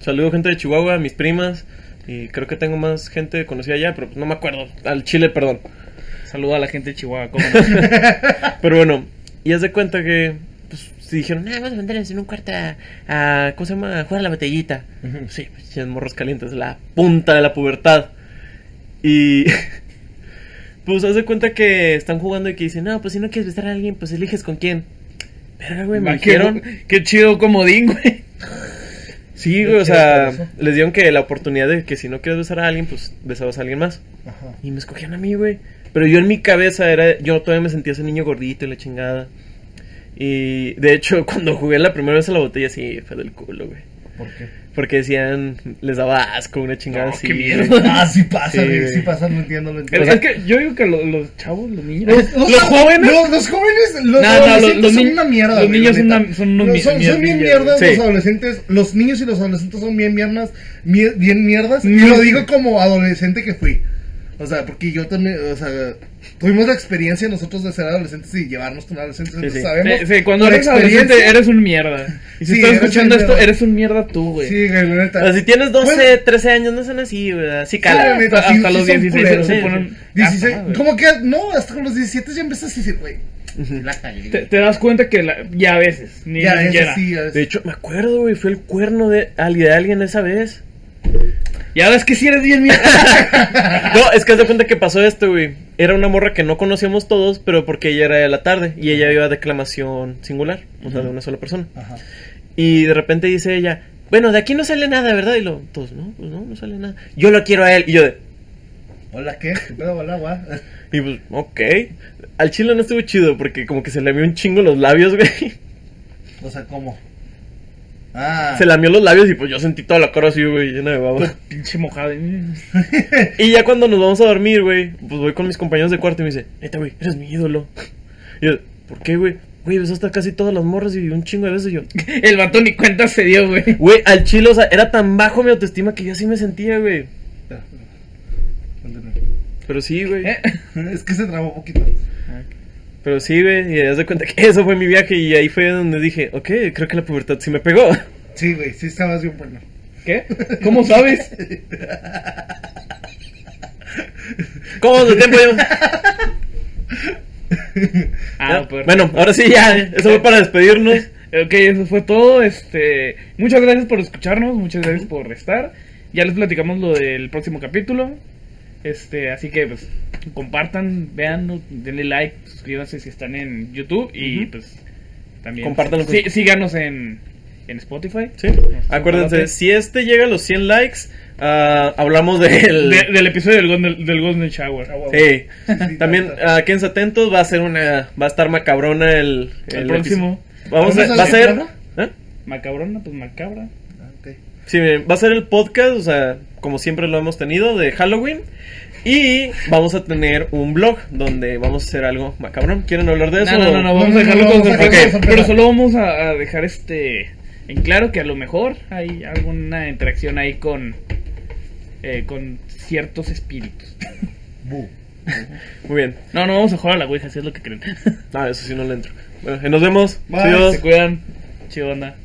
S2: saludo gente de Chihuahua, mis primas, y creo que tengo más gente conocida allá, pero pues no me acuerdo, al Chile, perdón.
S1: Saluda a la gente de Chihuahua. ¿cómo no?
S2: Pero bueno, y haz de cuenta que pues se dijeron, ah, vamos a mandarles en un cuarto a, a- ¿cómo se llama? A jugar a la botellita. Sí, pues ya en morros calientes, la punta de la pubertad. Y pues haz de cuenta que están jugando y que dicen, no, pues si no quieres besar a alguien, pues eliges con quién. Verga, güey, me
S1: Ah, qué-
S2: dijeron.
S1: Qué chido comodín, güey.
S2: Sí, güey, o sea, les dieron que la oportunidad de que si no quieres besar a alguien, pues besabas a alguien más.
S3: Ajá.
S2: Y me escogían a mí, güey. Pero yo en mi cabeza era, yo todavía me sentía ese niño gordito y la chingada. Y de hecho, cuando jugué la primera vez a la botella, sí, fue del culo, güey.
S3: ¿Por qué?
S2: Porque decían, les daba asco, una chingada
S1: No,
S2: así.
S1: qué mierda.
S2: güey.
S3: Ah, sí pasa,
S2: Sí,
S3: güey.
S2: güey.
S3: Sí pasa, no entiendo, no entiendo.
S1: Es,
S2: O sea-
S1: es que yo digo que lo- los chavos, los niños.
S3: Los, los-
S1: los jóvenes.
S3: Los, los jóvenes, los
S1: No, no,
S3: adolescentes
S1: los- los
S3: son
S1: ni-
S3: una mierda.
S1: los
S3: güey,
S1: niños son
S3: neta.
S1: una- son unos
S3: No,
S1: mier-
S3: son, son bien
S1: mierdillas,
S3: mierdas
S2: güey.
S3: los
S2: Sí.
S3: adolescentes. Los niños y los adolescentes son bien mierdas. mier- bien mierdas. Y
S1: Mm.
S3: lo digo como adolescente que fui. O sea, porque yo también, o sea, tuvimos la experiencia nosotros de ser adolescentes y llevarnos con adolescentes.
S2: Sí,
S3: entonces
S2: sí.
S3: sabemos.
S1: Eh, sí, cuando
S3: por
S1: eres adolescente
S3: experiencia-
S1: eres un mierda. Y si
S3: Sí,
S1: estás
S3: eres
S1: escuchando
S3: un
S1: esto,
S3: mierda.
S1: eres un mierda tú, güey.
S3: Sí, güey, la neta.
S2: Pero si tienes 12,
S3: Bueno,
S2: 13 años, no son así, ¿verdad? Sí,
S3: Sí,
S2: cala.
S3: la neta,
S1: hasta-
S3: sí,
S1: hasta
S3: sí
S1: los
S3: son
S1: 16
S3: culeros,
S2: se
S3: sí,
S1: ponen-
S3: sí. 16,
S1: Ah, madre.
S3: como que, no, hasta con los 17 ya empiezas a decir, güey, la cagué.
S1: Te, te das cuenta que la- ya a veces, ni
S3: Ya, es
S1: siquiera.
S3: así, ya es-
S2: De hecho, me acuerdo, güey, fue el cuerno de, al- de alguien esa vez.
S1: Ya ves que si eres bien mierda.
S2: No, es que haz de cuenta que pasó esto, güey. Era una morra que no conocíamos todos, pero porque ella era de la tarde y ella iba a declamación singular, o sea, de una sola persona.
S3: Ajá.
S2: Y de repente dice ella, bueno, de aquí no sale nada, ¿verdad? Y lo, todos, no, pues no, no sale nada. Yo lo quiero a él. Y yo de,
S3: Hola, ¿qué? ¿Qué pedo, hola, guau?
S2: y pues, ok. Al chile no estuvo chido porque como que se lamió un chingo los labios, güey.
S3: O sea, ¿cómo? Ah.
S2: Se lamió los labios y pues yo sentí toda la cara así, güey, llena de baba.
S1: Pinche mojado. Mm.
S2: Y ya cuando nos vamos a dormir, güey, pues voy con mis compañeros de cuarto y me dice, neta, güey, eres mi ídolo. Y yo, ¿por qué, güey? Güey, besaste a casi todas las morras y un chingo de veces y yo.
S1: El batón ni cuenta se dio, güey.
S2: Güey, al chile, o sea, era tan bajo mi autoestima que yo así me sentía, güey. Pero sí, güey.
S1: Eh.
S3: Es que se trabó un poquito.
S2: Pero sí, güey. Y haz de cuenta que eso fue mi viaje y ahí fue donde dije, ok, creo que la pubertad sí me pegó.
S3: Sí, güey, sí estabas bien bueno.
S1: ¿Qué? ¿Cómo sabes?
S2: ¿Cómo de tiempo yo?
S1: Ah,
S2: Ya.
S1: pues.
S2: Bueno, ahora sí, ya. eh, Eso fue para despedirnos.
S1: Ok, eso fue todo. Este, muchas gracias por escucharnos, muchas gracias por estar. Ya les platicamos lo del próximo capítulo. Este, así que pues compartan, vean, denle like, suscríbanse si están en YouTube y
S2: Ujú.
S1: pues también
S2: Compártanlo con-
S1: Sí, síganos en, en Spotify.
S2: Sí. Acuérdense, si este llega a los 100 likes, ah, hablamos del...
S1: De- del episodio del, Golden- del Golden Shower.
S2: Sí.
S3: Ah, Sí,
S2: También,
S3: tanto.
S2: ah, quédense atentos, va a ser una... Va a estar macabrona el...
S1: El próximo.
S2: episodio. Vamos a...
S3: ¿Vamos a
S2: Va a ser...
S3: macabrona?
S2: ¿Eh?
S1: Macabrona, pues macabra.
S3: Ah, ok.
S2: Sí, miren, va a ser el podcast, o sea, como siempre lo hemos tenido, de Halloween. Y vamos a tener un blog donde vamos a hacer algo macabrón. ¿Quieren hablar de eso?
S1: No, no, no, no, vamos
S3: No,
S1: a
S3: no,
S1: dejarlo
S3: no,
S1: con
S3: vamos a
S1: sorpresa.
S3: dejarlo con
S1: Pero
S3: sorpresa.
S1: solo vamos a, a dejar este en claro que a lo mejor hay alguna interacción ahí con eh, con ciertos espíritus.
S3: Bu.
S2: Muy bien.
S1: No, no vamos a jugar a la Ouija, si es lo que creen.
S2: Ah, eso sí no le entro. Bueno, eh, nos vemos.
S3: Bye.
S2: Adiós.
S1: Se cuidan. Chido, onda.